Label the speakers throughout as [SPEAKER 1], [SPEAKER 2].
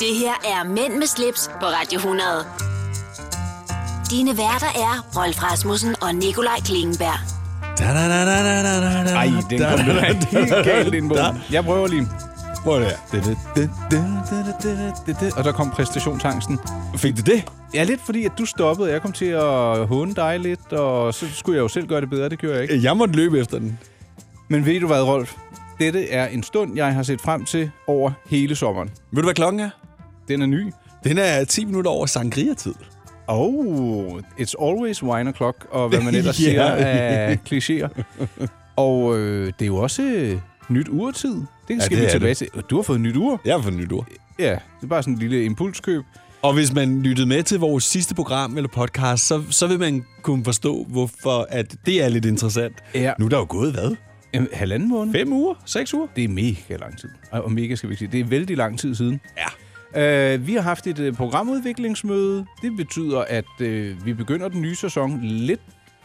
[SPEAKER 1] Det her er Mænd med slips på Radio 100. Dine værter er Rolf Rasmussen og Nikolaj Klingenberg.
[SPEAKER 2] Ej, den kom du helt galt ind på. Jeg prøver lige.
[SPEAKER 3] Prøv det her.
[SPEAKER 2] Da, da, da, da, da, da, da, da, da. Og der kom præstationsangsten.
[SPEAKER 3] Fik du det?
[SPEAKER 2] Ja, lidt fordi, at du stoppede. Jeg kom til at håne dig lidt, og så skulle jeg jo selv gøre det bedre. Det gjorde jeg ikke.
[SPEAKER 3] Jeg måtte løbe efter den.
[SPEAKER 2] Men ved du hvad, Rolf? Dette er en stund, jeg har set frem til over hele sommeren.
[SPEAKER 3] Ved du, hvad klokken er?
[SPEAKER 2] Den er ny.
[SPEAKER 3] Den er 10 minutter over sangria-tid.
[SPEAKER 2] Oh, it's always wine o'clock, og hvad man ellers
[SPEAKER 3] Ja.
[SPEAKER 2] yeah. siger af klichéer. Og øh, det er jo også øh, nyt urtid. Det
[SPEAKER 3] det
[SPEAKER 2] skal ja, vi
[SPEAKER 3] er
[SPEAKER 2] tilbage
[SPEAKER 3] det.
[SPEAKER 2] til. Du har fået nyt ur.
[SPEAKER 3] Jeg har fået nyt ord.
[SPEAKER 2] Ja, det er bare sådan en lille impulskøb.
[SPEAKER 3] Og hvis man lyttede med til vores sidste program eller podcast, så, så vil man kunne forstå, hvorfor at det er lidt interessant.
[SPEAKER 2] Ja.
[SPEAKER 3] Nu er der jo gået, hvad?
[SPEAKER 2] Jamen, halvanden måned.
[SPEAKER 3] Fem uger? Seks uger?
[SPEAKER 2] Det er mega lang tid. Og og mega skal vi ikke sige. Det er vældig lang tid siden.
[SPEAKER 3] Ja.
[SPEAKER 2] Uh, vi har haft et øh, programudviklingsmøde. Det betyder, at øh, vi begynder den nye sæson lidt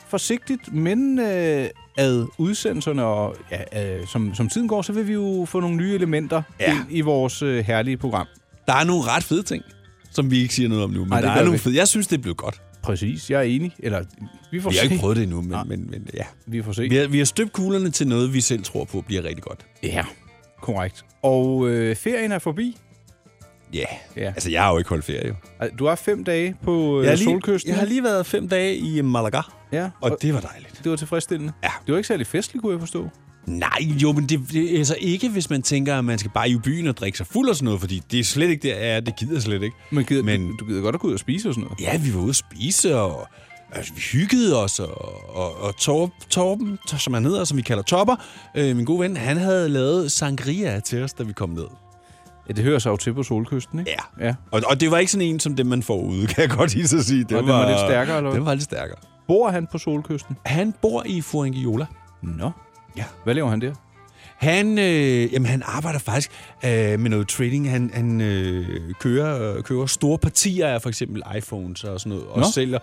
[SPEAKER 2] forsigtigt, men øh, ad udsendelserne, og ja, øh, som, som tiden går, så vil vi jo få nogle nye elementer
[SPEAKER 3] Ja.
[SPEAKER 2] ind i vores øh, herlige program.
[SPEAKER 3] Der er nogle ret fede ting, som vi ikke siger noget om nu. Men
[SPEAKER 2] Nej, det
[SPEAKER 3] der
[SPEAKER 2] gør
[SPEAKER 3] er nogle
[SPEAKER 2] vi.
[SPEAKER 3] fede. Jeg synes, det er blevet godt.
[SPEAKER 2] Præcis, jeg er enig. Eller, vi får
[SPEAKER 3] Vi
[SPEAKER 2] se.
[SPEAKER 3] har ikke prøvet det endnu, men, men, men ja.
[SPEAKER 2] Vi får se.
[SPEAKER 3] Vi har, vi har støbt kuglerne til noget, vi selv tror på bliver rigtig godt.
[SPEAKER 2] Ja, korrekt. Og øh, ferien er forbi.
[SPEAKER 3] Ja.
[SPEAKER 2] Ja.
[SPEAKER 3] Altså, jeg har jo ikke holdt ferie. Jo.
[SPEAKER 2] Altså, Du har fem dage på øh,
[SPEAKER 3] Jeg, har lige,
[SPEAKER 2] solkysten.
[SPEAKER 3] jeg har lige været fem dage i Malaga,
[SPEAKER 2] Ja,
[SPEAKER 3] og det var dejligt.
[SPEAKER 2] Det var tilfredsstillende.
[SPEAKER 3] Ja.
[SPEAKER 2] Det var ikke særlig festligt, kunne jeg forstå.
[SPEAKER 3] Nej, jo, men det, det altså ikke, hvis man tænker, at man skal bare i byen og drikke sig fuld og sådan noget, fordi det er slet ikke der, jeg er. Det gider jeg slet ikke.
[SPEAKER 2] Men, gider, men
[SPEAKER 3] Men-
[SPEAKER 2] du, du gider godt at gå ud og spise og sådan noget.
[SPEAKER 3] Ja, vi var ude at spise, og altså, vi hyggede os, og, og, og Torb, Torben, Tor- som han hedder, som vi kalder Topper, øh, min gode ven, han havde lavet sangria til os, da vi kom ned.
[SPEAKER 2] Ja, det hører sig jo til på solkysten, ikke?
[SPEAKER 3] Ja.
[SPEAKER 2] ja.
[SPEAKER 3] Og, og det var ikke sådan en, som det man får ude, kan jeg godt lige så sige. Det
[SPEAKER 2] den var lidt stærkere, eller hvad?
[SPEAKER 3] Den var lidt stærkere.
[SPEAKER 2] Bor han på solkysten?
[SPEAKER 3] Han bor i Fuengiola.
[SPEAKER 2] Nå.
[SPEAKER 3] Ja.
[SPEAKER 2] Hvad laver han der?
[SPEAKER 3] Han, øh, jamen, han arbejder faktisk øh, med noget trading. Han, han øh, kører, øh, køber store partier af for eksempel iPhones og sådan noget, og
[SPEAKER 2] Nå.
[SPEAKER 3] sælger,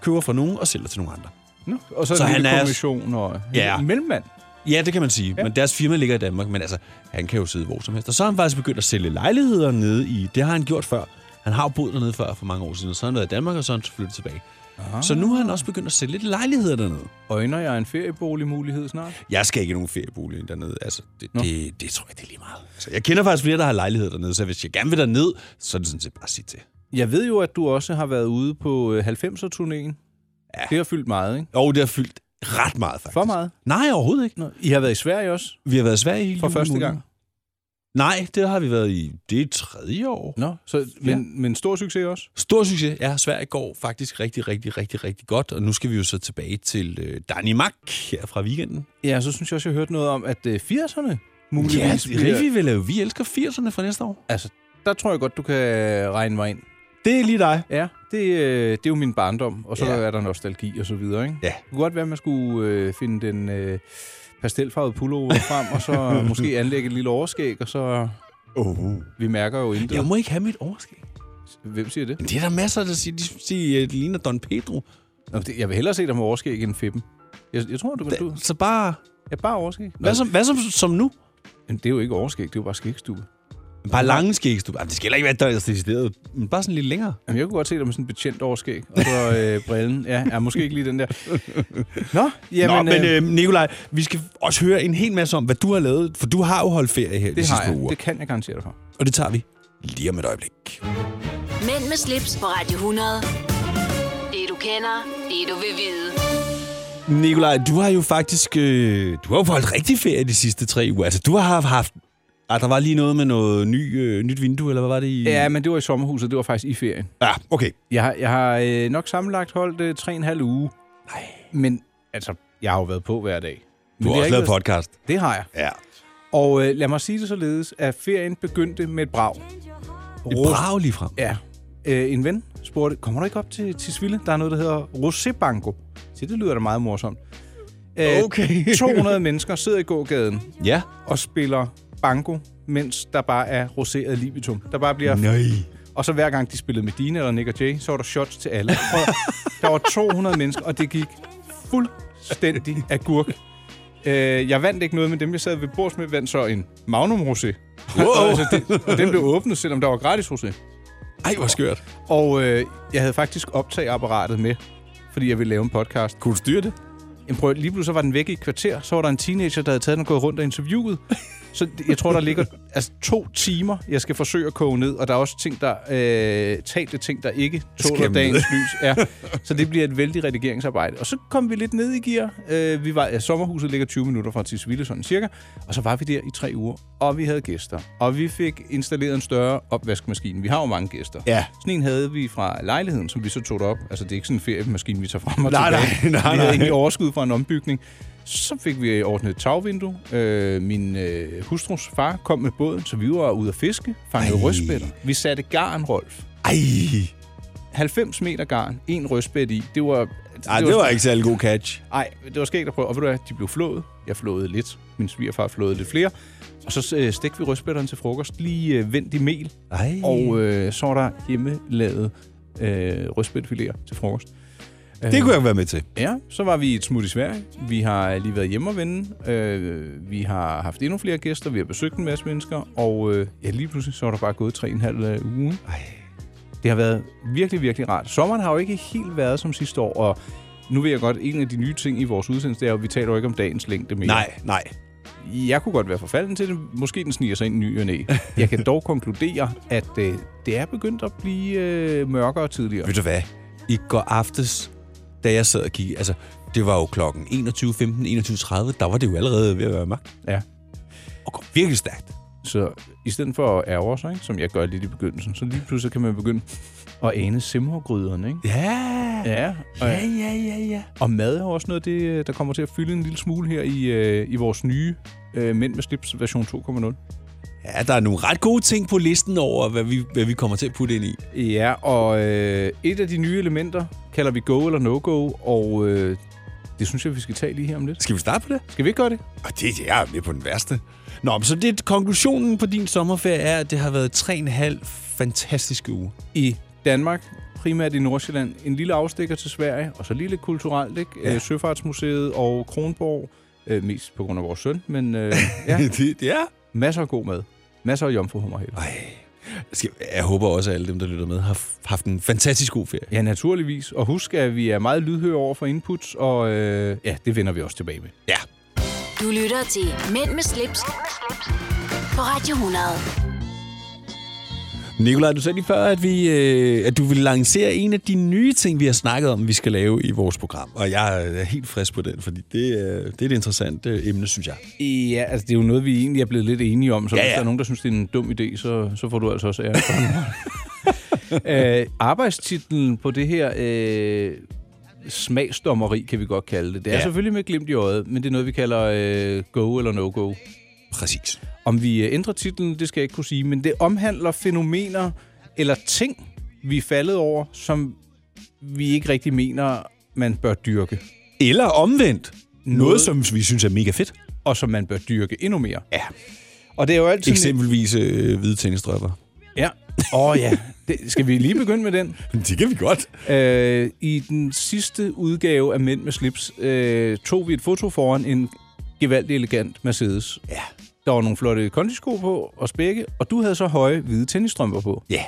[SPEAKER 3] køber fra nogen og sælger til nogle andre.
[SPEAKER 2] Nå. Og så,
[SPEAKER 3] Så
[SPEAKER 2] så en lille
[SPEAKER 3] han er-
[SPEAKER 2] kommission og
[SPEAKER 3] Ja.
[SPEAKER 2] en mellemmand.
[SPEAKER 3] Ja, det kan man sige. Ja. Men deres firma ligger i Danmark, men altså, han kan jo sidde hvor som helst. Og så har han faktisk begyndt at sælge lejligheder nede i... Det har han gjort før. Han har jo boet dernede før for mange år siden, og så har han været i Danmark, og så er han flyttet tilbage. Aha. Så nu har han også begyndt at sælge lidt lejligheder dernede.
[SPEAKER 2] Øjner jeg en ferieboligmulighed snart?
[SPEAKER 3] Jeg skal ikke i nogen feriebolig dernede. Altså, det, det, det, tror jeg, det er lige meget. Altså, jeg kender faktisk flere, der har lejligheder dernede, så hvis jeg gerne vil derned, så er det sådan set bare at sige til.
[SPEAKER 2] Jeg ved jo, at du også har været ude på 90'er-turnéen. Ja. Det har fyldt meget, ikke?
[SPEAKER 3] Og det har fyldt ret meget, faktisk.
[SPEAKER 2] For meget?
[SPEAKER 3] Nej, overhovedet ikke.
[SPEAKER 2] Nå. I har været i Sverige også?
[SPEAKER 3] Vi har været i Sverige hele
[SPEAKER 2] For
[SPEAKER 3] juli
[SPEAKER 2] første
[SPEAKER 3] måned.
[SPEAKER 2] gang?
[SPEAKER 3] Nej, det har vi været i... Det er tredje år.
[SPEAKER 2] Nå. Så, men, ja. men stor succes også?
[SPEAKER 3] Stor succes. Ja, Sverige går faktisk rigtig, rigtig, rigtig, rigtig godt. Og nu skal vi jo så tilbage til øh, Danmark her fra weekenden.
[SPEAKER 2] Ja, så synes jeg også, jeg hørte noget om, at øh, 80'erne muligvis
[SPEAKER 3] Ja, Riffy vil lave Vi elsker 80'erne fra næste år.
[SPEAKER 2] Altså, der tror jeg godt, du kan regne mig ind.
[SPEAKER 3] Det er lige dig.
[SPEAKER 2] Ja, det, øh, det er jo min barndom, og så ja.
[SPEAKER 3] Ja.
[SPEAKER 2] er der nostalgi og så videre, ikke?
[SPEAKER 3] Ja.
[SPEAKER 2] Det kunne godt være, at man skulle øh, finde den øh, pastelfarvede pullover frem, og så måske anlægge et lille overskæg, og så...
[SPEAKER 3] Oh.
[SPEAKER 2] Vi mærker jo intet.
[SPEAKER 3] Jeg må ikke have mit overskæg.
[SPEAKER 2] Hvem siger det?
[SPEAKER 3] Men det er der masser, der siger, de siger, at det ligner Don Pedro.
[SPEAKER 2] Nå, det? Jeg vil hellere se dig med overskæg end fippen. Jeg, jeg tror, du kan... Du,
[SPEAKER 3] Da, så bare...
[SPEAKER 2] ja, bare overskæg.
[SPEAKER 3] Hvad som, hvad som, som nu?
[SPEAKER 2] Men det er jo ikke overskæg, det er jo bare skægstue.
[SPEAKER 3] Bare lange skægs, du. Jamen, det skal heller ikke være døjst decideret. Men bare sådan lidt længere.
[SPEAKER 2] Jamen, jeg kunne godt se dig med sådan en betjent overskæg, og så øh, brillen. Ja, ja, måske ikke lige den der. Nå,
[SPEAKER 3] Jamen, Nå,
[SPEAKER 2] jamen...
[SPEAKER 3] men øh, Nikolaj, vi skal også høre en hel masse om, hvad du har lavet. For du har jo holdt ferie her de
[SPEAKER 2] det har
[SPEAKER 3] sidste par
[SPEAKER 2] jeg.
[SPEAKER 3] uger.
[SPEAKER 2] Det kan jeg garantere dig for.
[SPEAKER 3] Og det tager vi lige om et øjeblik.
[SPEAKER 1] Mænd med slips på Radio 100. Det du kender, det du vil vide.
[SPEAKER 3] Nikolaj, du har jo faktisk øh, du har jo holdt rigtig ferie de sidste tre uger. Altså, du har haft... haft ah, der var lige noget med noget ny, øh, nyt vindue, eller hvad var det? I?
[SPEAKER 2] Ja, men det var i sommerhuset, det var faktisk i ferien.
[SPEAKER 3] ja, okay.
[SPEAKER 2] Jeg har, jeg har øh, nok sammenlagt holdt øh, tre og en halv uge. Nej. Men altså, jeg har jo været på hver dag.
[SPEAKER 3] Du
[SPEAKER 2] Men
[SPEAKER 3] har
[SPEAKER 2] det
[SPEAKER 3] også
[SPEAKER 2] ikke
[SPEAKER 3] lavet
[SPEAKER 2] været-
[SPEAKER 3] podcast.
[SPEAKER 2] Det har jeg.
[SPEAKER 3] Ja.
[SPEAKER 2] Og øh, lad mig sige det således, at ferien begyndte med et brag.
[SPEAKER 3] Et
[SPEAKER 2] Rus-
[SPEAKER 3] brav lige frem.
[SPEAKER 2] Ja. Øh, en ven spurgte, kommer du ikke op til, til Sville? Der er noget, der hedder Rosébanko. Så det lyder da meget morsomt. Øh,
[SPEAKER 3] Okay.
[SPEAKER 2] 200 mennesker sidder i gågaden
[SPEAKER 3] Ja.
[SPEAKER 2] og spiller banko, mens der bare er roseret libitum. Der bare bliver
[SPEAKER 3] Nej.
[SPEAKER 2] Og så hver gang de spillede Medina eller Nick og Jay, så var der shots til alle. Og der var 200 mennesker, og det gik fuldstændig agurk. Øh, jeg vandt ikke noget, men dem, jeg sad ved bords med, vandt så en Magnum Rosé.
[SPEAKER 3] Wow.
[SPEAKER 2] altså, den, og den blev åbnet, selvom der var gratis rosé.
[SPEAKER 3] Ej, hvor skørt.
[SPEAKER 2] Og øh, jeg havde faktisk optageapparatet med, fordi jeg ville lave en podcast.
[SPEAKER 3] Kunne du styre det?
[SPEAKER 2] Jamen, prøv, lige pludselig var den væk i et kvarter, så var der en teenager, der havde taget den og gået rundt og interviewet. Så det- jeg tror, der ligger altså, to timer, jeg skal forsøge at koge ned, og der er også ting, der, øh, talte ting, der ikke tåler
[SPEAKER 3] Skal med.
[SPEAKER 2] dagens lys. Ja. Så det bliver et vældig redigeringsarbejde. Og så kom vi lidt ned i gear. Øh, vi var, ja, sommerhuset ligger 20 minutter fra Tisvilde, sådan cirka. Og så var vi der i tre uger, og vi havde gæster. Og vi fik installeret en større opvaskemaskine. Vi har jo mange gæster.
[SPEAKER 3] Ja.
[SPEAKER 2] Sådan en havde vi fra lejligheden, som vi så tog op. Altså, det er ikke sådan en feriemaskine, vi tager frem og
[SPEAKER 3] Nej, nej, nej,
[SPEAKER 2] tilbage. Vi havde
[SPEAKER 3] nej.
[SPEAKER 2] egentlig overskud fra en ombygning. Så fik vi ordnet et tagvindue. Øh, min øh, hustrus far kom med båden, så vi var ude at fiske, fangede
[SPEAKER 3] Ej.
[SPEAKER 2] rødspætter. Vi satte garn, Rolf.
[SPEAKER 3] Ej,
[SPEAKER 2] 90 meter garn, en rødspæt i. Det var...
[SPEAKER 3] Ej det var ikke særlig god catch.
[SPEAKER 2] Nej, det var skægt at prøve. Og ved du hvad, de blev flået. Jeg flåede lidt. Min svigerfar flåede lidt flere. Og så øh, stegte vi rødspætterne til frokost, lige øh, vendt i mel.
[SPEAKER 3] Ej.
[SPEAKER 2] Og øh, så var der hjemmelavet øh, rødspætfiléer til frokost. Øh,
[SPEAKER 3] det kunne jeg ikke være med til.
[SPEAKER 2] Ja, så var vi et smut i Sverige. Vi har lige været hjemme og vende. Øh, vi har haft endnu flere gæster. Vi har besøgt en masse mennesker. Og øh, ja, lige pludselig så er der bare gået tre og en halv øh, uge.
[SPEAKER 3] Ej.
[SPEAKER 2] Det har været virkelig, virkelig rart. Sommeren har jo ikke helt været som sidste år. Og nu ved jeg godt, en af de nye ting i vores udsendelse, det er jo, at vi taler jo ikke om dagens længde mere.
[SPEAKER 3] Nej, nej.
[SPEAKER 2] Jeg kunne godt være forfalden til det. Måske den sniger sig ind i ny og næ. Jeg kan dog konkludere, at øh, det er begyndt at blive øh, mørkere tidligere.
[SPEAKER 3] Ved du hvad? I går aftes, da jeg sad og kiggede, altså, det var jo klokken 21.15, 21.30, der var det jo allerede ved at være mørkt.
[SPEAKER 2] Ja.
[SPEAKER 3] Og går virkelig stærkt.
[SPEAKER 2] Så i stedet for at ærge sig, ikke, som jeg gør lidt i begyndelsen, så lige pludselig kan man begynde at ane simmergryderne, ikke?
[SPEAKER 3] Ja.
[SPEAKER 2] Ja, og,
[SPEAKER 3] Ja, ja, ja, ja.
[SPEAKER 2] og mad er jo også noget af det, øh, der kommer til at fylde en lille smule her i, øh, i vores nye øh, Mænd med slips version 2.0.
[SPEAKER 3] Ja, der er nogle ret gode ting på listen over, hvad vi, hvad vi kommer til at putte ind i.
[SPEAKER 2] Ja, og øh, et af de nye elementer kalder vi go eller no-go, og øh, det synes jeg, vi skal tage lige her om lidt.
[SPEAKER 3] Skal vi starte på det?
[SPEAKER 2] Skal vi ikke gøre det?
[SPEAKER 3] Og det, det er med på den værste. Nå, men så det, konklusionen på din sommerferie er, at det har været tre og en halv fantastiske uge.
[SPEAKER 2] i Danmark, primært i Nordsjælland, en lille afstikker til Sverige, og så lige lidt kulturelt, ikke?
[SPEAKER 3] Ja.
[SPEAKER 2] Ja. Søfartsmuseet og Kronborg, øh, mest på grund af vores søn, men øh, ja,
[SPEAKER 3] det, det er.
[SPEAKER 2] masser af god mad. Masser af jomfruhummerhælder.
[SPEAKER 3] Ej. Skal, jeg håber også, at alle dem, der lytter med, har f- haft en fantastisk god ferie.
[SPEAKER 2] Ja, naturligvis. Og husk, at vi er meget lydhøre over for inputs, og øh, ja, det vender vi også tilbage med.
[SPEAKER 3] Ja.
[SPEAKER 1] Du lytter til Mænd med slips, på Radio 100.
[SPEAKER 3] Nikolaj, du sagde lige før, at, vi, øh, at du ville lancere en af de nye ting, vi har snakket om, vi skal lave i vores program. Og jeg er helt frisk på den, fordi det, øh, det er et interessant øh, emne, synes jeg.
[SPEAKER 2] Ja, altså det er jo noget, vi egentlig er blevet lidt enige om, så
[SPEAKER 3] Ja,
[SPEAKER 2] ja,
[SPEAKER 3] ja.
[SPEAKER 2] ja. hvis der er nogen, der synes, det er en dum idé, så, så får du altså også ære. øh, arbejdstitlen på det her øh, smagsdommeri, kan vi godt kalde det. Det er
[SPEAKER 3] Ja.
[SPEAKER 2] ja. selvfølgelig med et glimt i øjet, men det er noget, vi kalder øh, go eller no-go.
[SPEAKER 3] Præcis.
[SPEAKER 2] Om vi øh, ændrer titlen, det skal jeg ikke kunne sige, men det omhandler fænomener eller ting, vi er faldet over, som vi ikke rigtig mener, man bør dyrke,
[SPEAKER 3] Eller omvendt. Noget,
[SPEAKER 2] Noget-
[SPEAKER 3] som vi synes er mega fedt.
[SPEAKER 2] og som man bør dyrke endnu mere.
[SPEAKER 3] Ja.
[SPEAKER 2] Og det er jo altid...
[SPEAKER 3] Eksempelvis øh, hvide tennisstrømper.
[SPEAKER 2] Ja. Åh oh, ja. Det, skal vi lige begynde med den?
[SPEAKER 3] Det kan vi godt.
[SPEAKER 2] Øh, I den sidste udgave af Mænd med slips øh, tog vi et foto foran en gevaldig elegant Mercedes.
[SPEAKER 3] Ja.
[SPEAKER 2] Der var nogle flotte kondisko på og spække, og du havde så høje hvide tennisstrømper på.
[SPEAKER 3] Ja.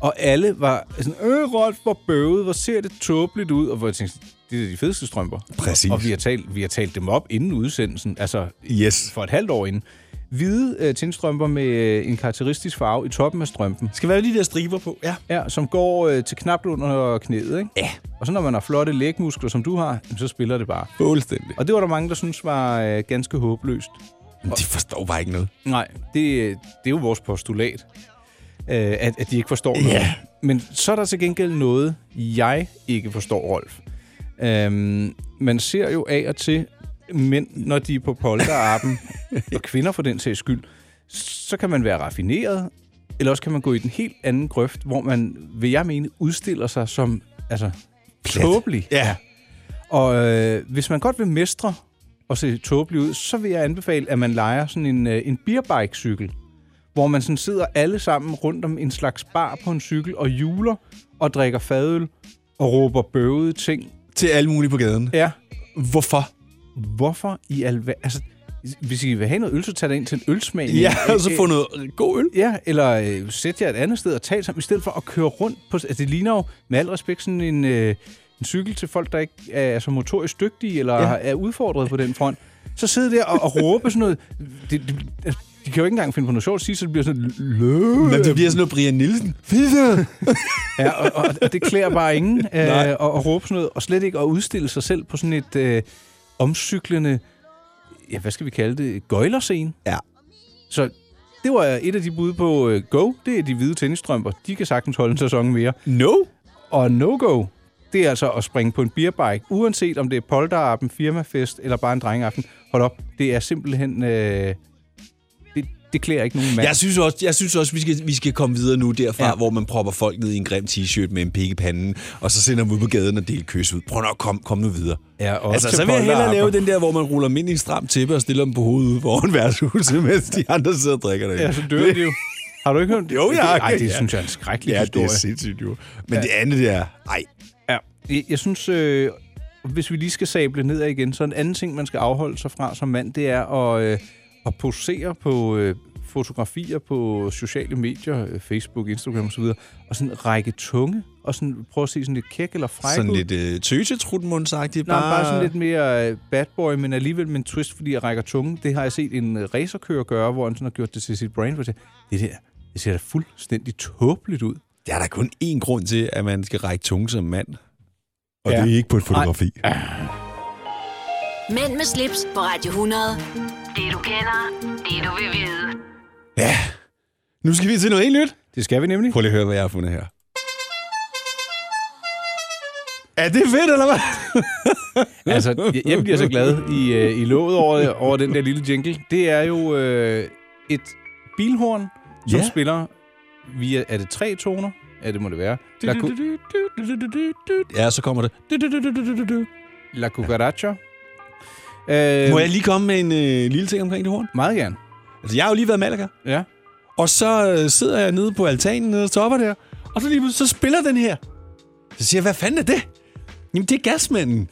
[SPEAKER 2] Og alle var sådan, øh Rolf, hvor bøvet, hvor ser det tåbeligt ud. Og hvor jeg tænkte, det er da de fedeste strømper.
[SPEAKER 3] Præcis.
[SPEAKER 2] Og vi har, talt, vi har talt dem op inden udsendelsen, altså
[SPEAKER 3] Yes.
[SPEAKER 2] for et halvt år inden. Hvide øh, tindstrømper med øh, en karakteristisk farve i toppen af strømpen.
[SPEAKER 3] Skal være lige der striber på. Ja.
[SPEAKER 2] Ja, som går øh, til knapt under knæet, ikke?
[SPEAKER 3] Ja.
[SPEAKER 2] Og så når man har flotte lægmuskler, som du har, jamen, så spiller det bare.
[SPEAKER 3] Fuldstændig.
[SPEAKER 2] Og det var der mange, der synes var øh, ganske håbløst.
[SPEAKER 3] De forstår bare ikke noget.
[SPEAKER 2] Nej, det, øh, det er jo vores postulat, øh, at, at de ikke forstår noget.
[SPEAKER 3] Ja.
[SPEAKER 2] Men så er der til gengæld noget, jeg ikke forstår, Rolf. Øhm, man ser jo af og til mænd, når de er på polterappen, og kvinder for den sags skyld, så kan man være raffineret, eller også kan man gå i den helt anden grøft, hvor man, vil jeg mene, udstiller sig som altså, tåbelig.
[SPEAKER 3] Ja.
[SPEAKER 2] Og øh, hvis man godt vil mestre og se tåbelig ud, så vil jeg anbefale, at man leger sådan en, øh, en beerbike-cykel, hvor man sådan sidder alle sammen rundt om en slags bar på en cykel og juler og drikker fadøl og råber bøvede ting.
[SPEAKER 3] Til alle mulige på gaden.
[SPEAKER 2] Ja,
[SPEAKER 3] Hvorfor?
[SPEAKER 2] hvorfor i alver... Altså, hvis I vil have noget øl, så tag det ind til en ølsmag.
[SPEAKER 3] Ja, og så få noget god øl.
[SPEAKER 2] Ja, eller øh, sæt jer et andet sted og tal sammen, i stedet for at køre rundt på... Altså, det ligner jo med al respekt sådan en, øh, en cykel til folk, der ikke er så motorisk dygtige, eller ja. er udfordret på den front. Så sidde der og, og råbe sådan noget... Det, det, altså, de kan jo ikke engang finde på noget sjovt at sige, så det bliver sådan... Lø-
[SPEAKER 3] Men det bliver sådan noget Brian Nielsen.
[SPEAKER 2] Ja, og, og, og det klæder bare ingen øh, at, at råbe sådan noget, og slet ikke at udstille sig selv på sådan et øh, omcyklende, ja, hvad skal vi kalde det, gøjlerscene.
[SPEAKER 3] Ja.
[SPEAKER 2] Så det var et af de bud på øh, go, det er de hvide tennisstrømper. De kan sagtens holde en sæson mere.
[SPEAKER 3] No.
[SPEAKER 2] Og no-go, det er altså at springe på en beerbike, uanset om det er polterappen, firmafest eller bare en drengeaften. Hold op, det er simpelthen... Øh, det, det klæder ikke nogen mand.
[SPEAKER 3] Jeg synes også, jeg synes også vi, skal, vi skal komme videre nu derfra, ja. hvor man propper folk ned i en grim t-shirt med en pik i panden, og så sender dem ud på gaden og deler kys ud. Prøv nu at komme kom nu videre.
[SPEAKER 2] Ja, og
[SPEAKER 3] altså,
[SPEAKER 2] til
[SPEAKER 3] så vil jeg hellere
[SPEAKER 2] polterappen.
[SPEAKER 3] lave den der, hvor man ruller dem ind i en stram tæppe og stiller dem på hovedet ude foran værtshuset, mens de andre sidder og drikker det.
[SPEAKER 2] Ja, så dør de jo. Har du ikke hørt
[SPEAKER 3] Jo, jeg har
[SPEAKER 2] Ej,
[SPEAKER 3] hørt
[SPEAKER 2] det
[SPEAKER 3] det.
[SPEAKER 2] synes jeg er en skrækkelig
[SPEAKER 3] Ja, det
[SPEAKER 2] historie.
[SPEAKER 3] er sindssygt jo. Men ja. det andet der, ej,
[SPEAKER 2] Ja, jeg, jeg synes, øh, hvis vi lige skal sable ned igen, så en anden ting, man skal afholde sig fra som mand, det er at, øh, at posere på øh, fotografier på sociale medier, øh, Facebook, Instagram osv., og sådan række tunge, og sådan prøve at se sådan lidt kæk eller fræk
[SPEAKER 3] sådan
[SPEAKER 2] ud.
[SPEAKER 3] lidt øh, tøsetrutenmundsagtigt.
[SPEAKER 2] Nej, bare sådan lidt mere øh, bad boy, men alligevel med en twist, fordi jeg rækker tunge. Det har jeg set en øh, racerkører gøre, hvor han sådan har gjort det til sit brand. Hvor jeg siger, det der, det ser da fuldstændig tåbeligt ud.
[SPEAKER 3] Der er der kun én grund til, at man skal række tunge som mand. Og
[SPEAKER 2] Ja.
[SPEAKER 3] ja. det er ikke på et fotografi. Ej.
[SPEAKER 1] Mænd med slips på Radio 100. Det du kender, det du vil vide.
[SPEAKER 3] Ja. Nu skal vi til noget helt nyt.
[SPEAKER 2] Det skal vi nemlig.
[SPEAKER 3] Prøv lige at høre, hvad jeg har fundet her. Er det fedt, eller hvad?
[SPEAKER 2] Altså, jeg, jeg bliver så glad i, øh, i låget over, over den der lille jingle. Det er jo øh, et bilhorn, som
[SPEAKER 3] Ja.
[SPEAKER 2] spiller via... Er det tre toner? Ja, det må det være. La, cu,
[SPEAKER 3] Ja, så kommer det.
[SPEAKER 2] la cucaracha. Øh,
[SPEAKER 3] Må jeg lige komme med en øh, lille ting omkring det horn?
[SPEAKER 2] Meget gerne.
[SPEAKER 3] Altså, jeg har jo lige været i Malaga,
[SPEAKER 2] Ja.
[SPEAKER 3] og så øh, sidder jeg nede på altanen nede og topper der, og så lige pludselig, så spiller den her. Så siger jeg, hvad fanden er det? Jamen, det er gasmanden,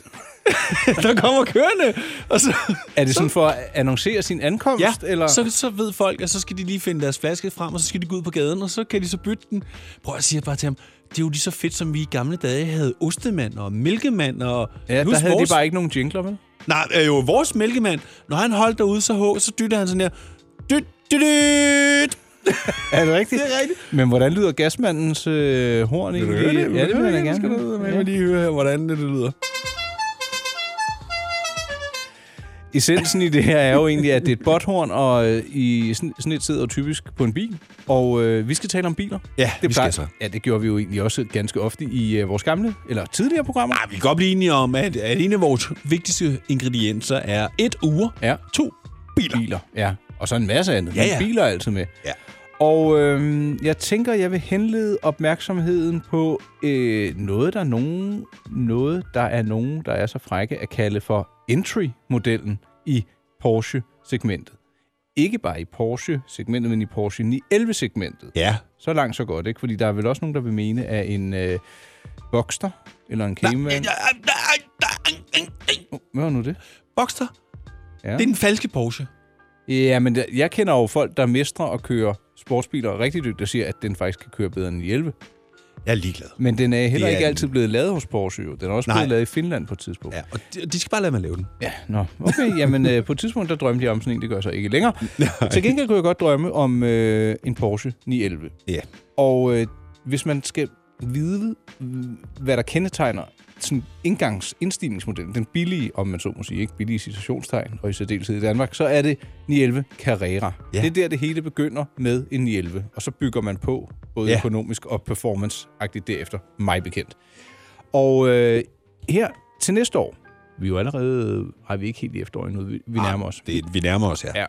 [SPEAKER 3] der kommer kørende. Og så,
[SPEAKER 2] Er det sådan for at annoncere sin ankomst?
[SPEAKER 3] Ja,
[SPEAKER 2] eller?
[SPEAKER 3] eller... så, så ved folk, at så skal de lige finde deres flaske frem, og så skal de gå ud på gaden, og så kan de så bytte den. Prøv at sige bare til ham, det er jo lige så fedt, som vi i gamle dage havde ostemand og mælkemand. Og
[SPEAKER 2] ja, der
[SPEAKER 3] Husk
[SPEAKER 2] havde
[SPEAKER 3] vores...
[SPEAKER 2] de bare ikke nogen jingler, vel?
[SPEAKER 3] Nej, øh, jo, vores mælkemand, når han holdt derude så hårdt, så dyttede han sådan her. Dyt, dyt, dyt.
[SPEAKER 2] Er det rigtigt?
[SPEAKER 3] Det er rigtigt.
[SPEAKER 2] Men hvordan lyder gasmandens øh, horn egentlig? Ja, det vil jeg da gerne.
[SPEAKER 3] Jeg vil lige høre, her, hvordan det lyder.
[SPEAKER 2] essensen i det her er jo egentlig, at det er et botthorn, og øh, i sådan, sådan et sidder typisk på en bil. Og øh, vi skal tale om biler.
[SPEAKER 3] Ja,
[SPEAKER 2] det
[SPEAKER 3] vi skal
[SPEAKER 2] plejer-
[SPEAKER 3] så.
[SPEAKER 2] Ja, det gjorde vi jo egentlig også ganske ofte i øh, vores gamle, eller tidligere programmer.
[SPEAKER 3] Ej, vi kan godt blive enige om, at, at en af vores vigtigste ingredienser er et uger,
[SPEAKER 2] Ja,
[SPEAKER 3] to biler.
[SPEAKER 2] biler. Ja, og så en masse andet.
[SPEAKER 3] Ja,
[SPEAKER 2] Men
[SPEAKER 3] ja.
[SPEAKER 2] Biler er altid med.
[SPEAKER 3] Ja.
[SPEAKER 2] Og øh, jeg tænker, jeg vil henlede opmærksomheden på øh, noget, der er nogen, noget, der er nogen, der er så frække at kalde for entry-modellen i Porsche-segmentet. Ikke bare i Porsche-segmentet, men i Porsche 911-segmentet.
[SPEAKER 3] Ja,
[SPEAKER 2] Så langt, så godt, ikke? Fordi der er vel også nogen, der vil mene, at en øh, Boxster eller en Cayman... Hvad var nu det?
[SPEAKER 3] Boxster.
[SPEAKER 2] Ja.
[SPEAKER 3] Det er den falske Porsche.
[SPEAKER 2] Ja, men der- jeg kender jo folk, der mestrer at køre sportsbiler og rigtig dygtigt, der siger, at den faktisk kan køre bedre end en 11.
[SPEAKER 3] Jeg er ligeglad.
[SPEAKER 2] Men den er heller
[SPEAKER 3] Det er
[SPEAKER 2] ikke
[SPEAKER 3] den.
[SPEAKER 2] altid blevet lavet hos Porsche, jo. Den er også
[SPEAKER 3] Nej.
[SPEAKER 2] blevet lavet i Finland på et tidspunkt.
[SPEAKER 3] Ja, og de, de skal bare lade mig lave den.
[SPEAKER 2] ja nå. Okay, jamen øh, på et tidspunkt, der drømte jeg om sådan en, det gør jeg så ikke længere. Til gengæld kunne jeg godt drømme om øh, en Porsche 911.
[SPEAKER 3] Ja.
[SPEAKER 2] Og øh, hvis man skal vide, mm, hvad der kendetegner sådan indgangs indstigningsmodellen, den billige, om man så må sige, ikke billige citationstegn, og i særdeleshed i Danmark, så er det 911 Carrera.
[SPEAKER 3] Ja.
[SPEAKER 2] Det er der, det hele begynder med en 911, og så bygger man på, både
[SPEAKER 3] Ja.
[SPEAKER 2] økonomisk og performance-agtigt derefter, mig bekendt. Og øh, her til næste år, vi er jo allerede, ej, vi er ikke helt i efteråret nu, vi, vi nærmer os.
[SPEAKER 3] Ah, Det, vi nærmer os, ja.
[SPEAKER 2] Ja.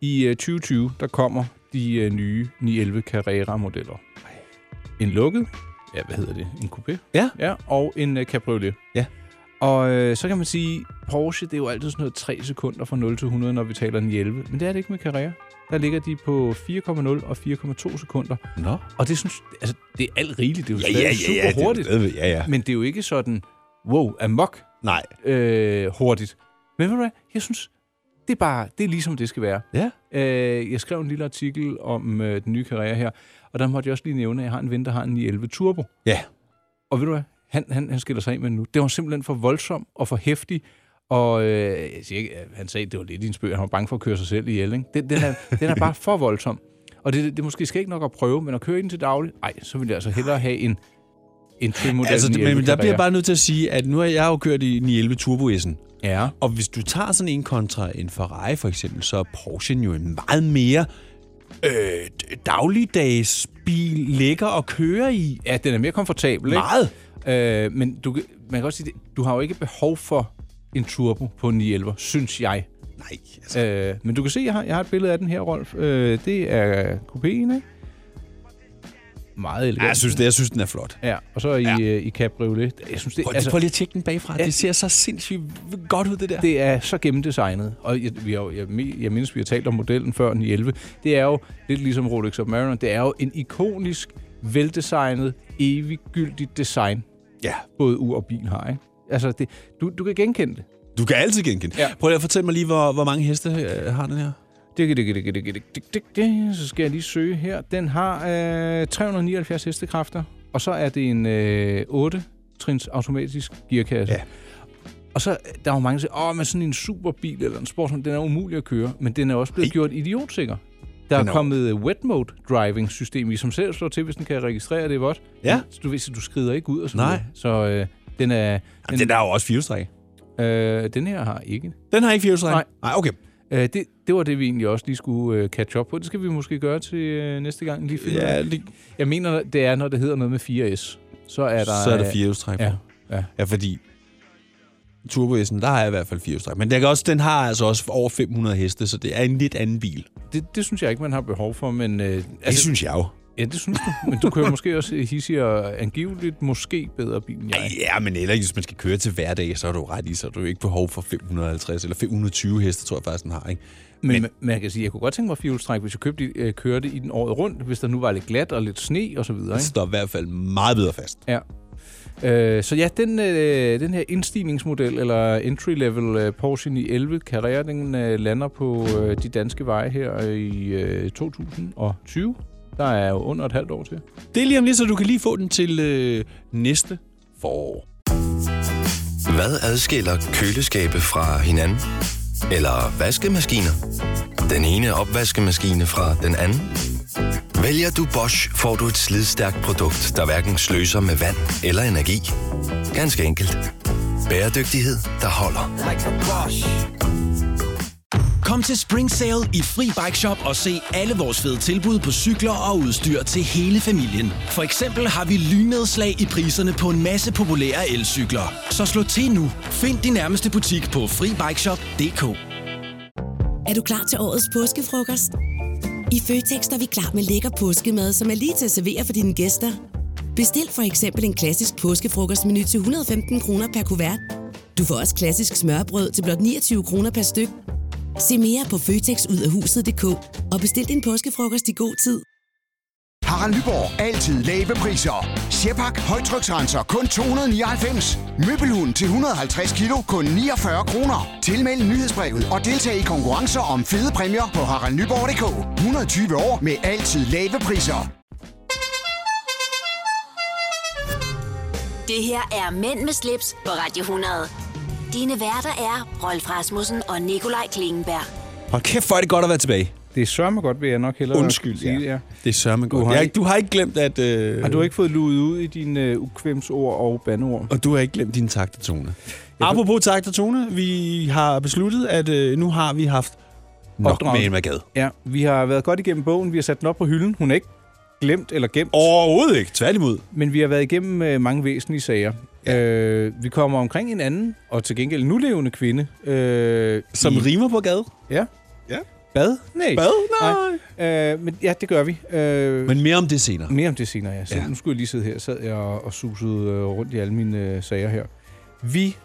[SPEAKER 2] I øh, 2020, der kommer de øh, nye 911 Carrera-modeller. En lukket, ja, hvad hedder det? En coupé?
[SPEAKER 3] Ja.
[SPEAKER 2] ja og en øh, cabriolet.
[SPEAKER 3] Ja.
[SPEAKER 2] Og øh, så kan man sige, Porsche, det er jo altid sådan noget 3 sekunder fra 0 til 100, når vi taler 911. Men det er det ikke med Carrera. Der ligger de på 4,0 og 4,2 sekunder.
[SPEAKER 3] Nå.
[SPEAKER 2] Og det synes, altså, det er alt rigeligt. Det er jo
[SPEAKER 3] Ja,
[SPEAKER 2] stadig
[SPEAKER 3] ja, ja. ja,
[SPEAKER 2] super hurtigt.
[SPEAKER 3] Det, ved jeg, ja, ja.
[SPEAKER 2] Men det er jo ikke sådan, wow, amok
[SPEAKER 3] Nej.
[SPEAKER 2] øh, hurtigt. Men ved du hvad? Jeg synes, det er bare, det er ligesom det skal være.
[SPEAKER 3] Ja.
[SPEAKER 2] Øh, jeg skrev en lille artikel om øh, den nye karriere her, og der måtte jeg også lige nævne, at jeg har en ven, der har en 911 Turbo.
[SPEAKER 3] Ja.
[SPEAKER 2] Og ved du hvad? Han, han, han skiller sig af med den nu. Det var simpelthen for voldsom og for hæftig. Og øh, jeg siger ikke, at han sagde, at det var lidt i en spøg. Han var bange for at køre sig selv ihjel. Ikke? Den, den, er, den er bare for voldsom. Og det, det er måske skal ikke nok at prøve, men at køre i den til daglig, nej, så vil jeg altså hellere have en, en trimodel.
[SPEAKER 3] Altså, det,
[SPEAKER 2] 911
[SPEAKER 3] men der bliver jeg
[SPEAKER 2] Carrera.
[SPEAKER 3] bare nødt til at sige, at nu har jeg jo kørt i 911 Turbo S'en.
[SPEAKER 2] Ja.
[SPEAKER 3] Og hvis du tager sådan en kontra en Ferrari for eksempel, så er Porsche jo en meget mere øh, d- dagligdags bil, lækker at køre i.
[SPEAKER 2] ja, den er mere komfortabel. Ikke?
[SPEAKER 3] Meget.
[SPEAKER 2] Øh, men du, kan- man kan også sige, det, du har jo ikke behov for en turbo på en 911, synes jeg.
[SPEAKER 3] Nej, altså.
[SPEAKER 2] Øh, men du kan se, jeg har, jeg har et billede af den her, Rolf. Øh, det er kupéen, ikke? Meget elegant.
[SPEAKER 3] Jeg synes, det, jeg synes, den er flot.
[SPEAKER 2] Ja, og så i, ja. øh, i cabriolet. Jeg synes, det,
[SPEAKER 3] Prøv, altså,
[SPEAKER 2] altså,
[SPEAKER 3] prøv lige at tjekke den bagfra. Det ser så sindssygt godt ud, det der.
[SPEAKER 2] det er så gennemdesignet. Og jeg, vi har, jo- jeg, me- jeg mindes, vi har talt om modellen før, den i 11. Det er jo, lidt ligesom Rolex Submariner, det er jo en ikonisk, veldesignet, eviggyldigt design,
[SPEAKER 3] Ja.
[SPEAKER 2] både ur og bil har, ikke? Altså, det, du, du kan genkende det.
[SPEAKER 3] Du kan altid genkende.
[SPEAKER 2] Ja.
[SPEAKER 3] Ja. Prøv lige at fortælle mig lige, hvor, hvor mange heste øh, har den her?
[SPEAKER 2] Dig, dig, dig, dig, dig, dig, dig, dig, dig. Så skal jeg lige søge her. Den har øh, 379 hestekræfter, og så er det en øh, 8-trins automatisk gearkasse.
[SPEAKER 3] Ja.
[SPEAKER 2] Og så, øh, der er jo mange, der siger, åh, men sådan en superbil eller en sportsvogn, den er umulig at køre, men den er også blevet
[SPEAKER 3] Ej.
[SPEAKER 2] gjort idiotsikker. Der er
[SPEAKER 3] Den er-
[SPEAKER 2] kommet øh, wet mode driving system, i som selv slår til, hvis den kan registrere det vådt.
[SPEAKER 3] Ja.
[SPEAKER 2] Så Du, ved, så du skrider ikke ud og sådan
[SPEAKER 3] Nej.
[SPEAKER 2] noget. Så øh, den er...
[SPEAKER 3] Jamen, den, der er jo også firehjulstræk.
[SPEAKER 2] øh, den her har ikke
[SPEAKER 3] Den har ikke firehjulstræk?
[SPEAKER 2] Nej.
[SPEAKER 3] Nej, okay.
[SPEAKER 2] Øh, det, det var det, vi egentlig også lige skulle øh, catch up på. Det skal vi måske gøre til øh, næste gang. Lige finde ud af.
[SPEAKER 3] Ja, det,
[SPEAKER 2] Jeg mener, det er, når det hedder noget med 4S. Så er der...
[SPEAKER 3] så er der
[SPEAKER 2] øh,
[SPEAKER 3] firehjulstræk.
[SPEAKER 2] Ja,
[SPEAKER 3] på.
[SPEAKER 2] ja.
[SPEAKER 3] ja, fordi Turbo S'en, der har jeg i hvert fald firehjulstræk. Men den, kan også, den har altså også over 500 heste, så det er en lidt anden bil. Det
[SPEAKER 2] Det, det synes jeg ikke, man har behov for, men... Øh, altså,
[SPEAKER 3] synes jeg jo.
[SPEAKER 2] ja, det synes du. Men du kører måske også hissig og angiveligt måske bedre bil end jeg.
[SPEAKER 3] Ja, men heller ikke, hvis man skal køre til hverdag, så er du ret i, så er du ikke behov for 550 eller 520 heste, tror jeg faktisk, den har. Ikke?
[SPEAKER 2] Men, men man kan sige, jeg kunne godt tænke mig fjolstræk, hvis jeg købte, i- øh, kørte i den året rundt, hvis der nu var lidt glat og lidt sne og så videre.
[SPEAKER 3] Den
[SPEAKER 2] Ikke?
[SPEAKER 3] står i hvert fald meget bedre fast.
[SPEAKER 2] Ja. Øh, så ja, den, øh, den her indstigningsmodel, eller entry-level øh, Porsche 911 Carrera, den øh, lander på øh, de danske veje her øh, i øh, 2020. Der er jo under et halvt år til.
[SPEAKER 3] Det er lige om lidt, så du kan lige få den til øh, næste forår.
[SPEAKER 4] Hvad adskiller køleskabe fra hinanden? Eller vaskemaskiner? Den ene opvaskemaskine fra den anden? Vælger du Bosch, får du et slidstærkt produkt, der hverken sløser med vand eller energi. Ganske enkelt. Bæredygtighed, der holder.
[SPEAKER 5] Kom til Spring Sale i Fri Bike Shop og se alle vores fede tilbud på cykler og udstyr til hele familien. For eksempel har vi lynnedslag i priserne på en masse populære elcykler. Så slå til nu. Find din nærmeste butik på FriBikeShop.dk.
[SPEAKER 6] Er du klar til årets påskefrokost? I Føtex er vi klar med lækker påskemad, som er lige til at servere for dine gæster. Bestil for eksempel en klassisk påskefrokostmenu til 115 kroner per kuvert. Du får også klassisk smørbrød til blot 29 kroner per styk. Se mere på føtexudafhuset.dk og bestil din påskefrokost i god tid.
[SPEAKER 7] Harald Nyborg. Altid lave priser. Sjehpak. Højtryksrenser. Kun 299. Møbelhund til 150 kilo. Kun 49 kroner. Tilmeld nyhedsbrevet og deltag i konkurrencer om fede præmier på haraldnyborg.dk. 120 år med altid lave priser.
[SPEAKER 1] Det her er Mænd med slips på Radio 100. Dine værter er Rolf Rasmussen og Nikolaj Klingenberg.
[SPEAKER 3] Hold kæft, hvor er det godt at være tilbage.
[SPEAKER 2] Det er sørme godt, vil jeg nok hellere
[SPEAKER 3] Undskyld,
[SPEAKER 2] sige. Ja.
[SPEAKER 3] Det er sørme godt.
[SPEAKER 2] har
[SPEAKER 3] Du har,
[SPEAKER 2] ikke-
[SPEAKER 3] ikke, du har ikke glemt, at... Øh,
[SPEAKER 2] Har du ikke fået luet ud i dine øh, ukvemsord og bandeord?
[SPEAKER 3] Og du har ikke glemt din takt og tone. Apropos takt og tone, vi har besluttet, at øh, nu har vi haft nok
[SPEAKER 2] Opdrag.
[SPEAKER 3] med en magad.
[SPEAKER 2] Ja, vi har været godt igennem bogen. Vi har sat den op på hylden. Hun er ikke glemt eller gemt.
[SPEAKER 3] Overhovedet ikke, tværtimod.
[SPEAKER 2] Men vi har været igennem øh, mange væsentlige sager. Ja. Øh, vi kommer omkring en anden, og til gengæld nulevende kvinde. Øh,
[SPEAKER 3] Som
[SPEAKER 2] i-
[SPEAKER 3] rimer på gade.
[SPEAKER 2] Ja.
[SPEAKER 3] Ja.
[SPEAKER 2] Bad? Nej.
[SPEAKER 3] Bad?
[SPEAKER 2] Nej. Øh, men ja, det gør vi. Øh, men...
[SPEAKER 3] Men mere om det senere.
[SPEAKER 2] Mere om det senere, ja. Så ja.
[SPEAKER 3] Ja.
[SPEAKER 2] Nu skulle jeg lige sidde her. Sad jeg og, og susede øh, rundt i alle mine øh, sager her. Vi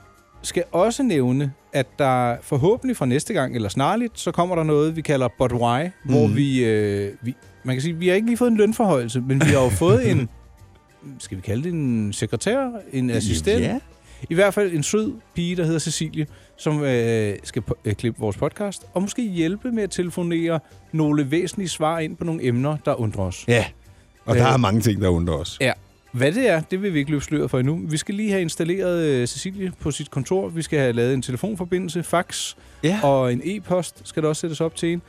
[SPEAKER 2] skal også nævne, at der forhåbentlig fra næste gang, eller snarligt, så kommer der noget, vi kalder But Why,
[SPEAKER 3] Mhm.
[SPEAKER 2] mm. hvor vi, øh, vi... Man kan sige, vi har ikke lige fået en lønforhøjelse, men vi har jo fået en... Skal vi kalde det en sekretær? En assistent?
[SPEAKER 3] Ja.
[SPEAKER 2] I hvert fald en sød pige, der hedder Cecilie, som øh, skal po- øh, klippe vores podcast, og måske hjælpe med at telefonere nogle væsentlige svar ind på nogle emner, der undrer os.
[SPEAKER 3] Ja, og
[SPEAKER 2] Øh.
[SPEAKER 3] der er mange ting, der undrer os.
[SPEAKER 2] Ja. Hvad det er, det vil vi ikke løbe sløret for endnu. Vi skal lige have installeret øh, Cecilie på sit kontor. Vi skal have lavet en telefonforbindelse, fax
[SPEAKER 3] Ja.
[SPEAKER 2] og en e-post skal der også sættes op til en.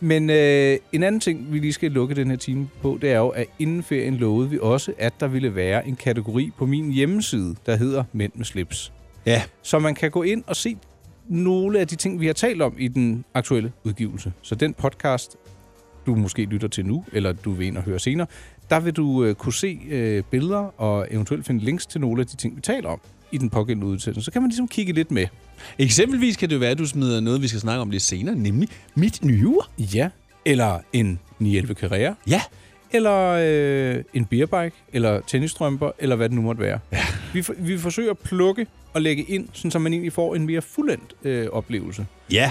[SPEAKER 2] Men øh, en anden ting, vi lige skal lukke den her time på, det er jo, at inden ferien lovede vi også, at der ville være en kategori på min hjemmeside, der hedder Mænd med slips.
[SPEAKER 3] Ja,
[SPEAKER 2] Så man kan gå ind og se nogle af de ting, vi har talt om i den aktuelle udgivelse. Så den podcast, du måske lytter til nu, eller du vil ind og høre senere, der vil du øh, kunne se øh, billeder og eventuelt finde links til nogle af de ting, vi taler om i den pågældende udsendelse. Så kan man ligesom kigge lidt med.
[SPEAKER 3] Eksempelvis kan det jo være, at du smider noget, vi skal snakke om lidt senere, nemlig mit nye ur.
[SPEAKER 2] Ja. Eller en 911 Carrera,
[SPEAKER 3] Ja.
[SPEAKER 2] eller øh, en beerbike, eller tennisstrømper, eller hvad det nu måtte være. Ja. Vi, for, vi forsøger at plukke og lægge ind, sådan, så man egentlig får en mere fuldendt øh, oplevelse.
[SPEAKER 3] Ja.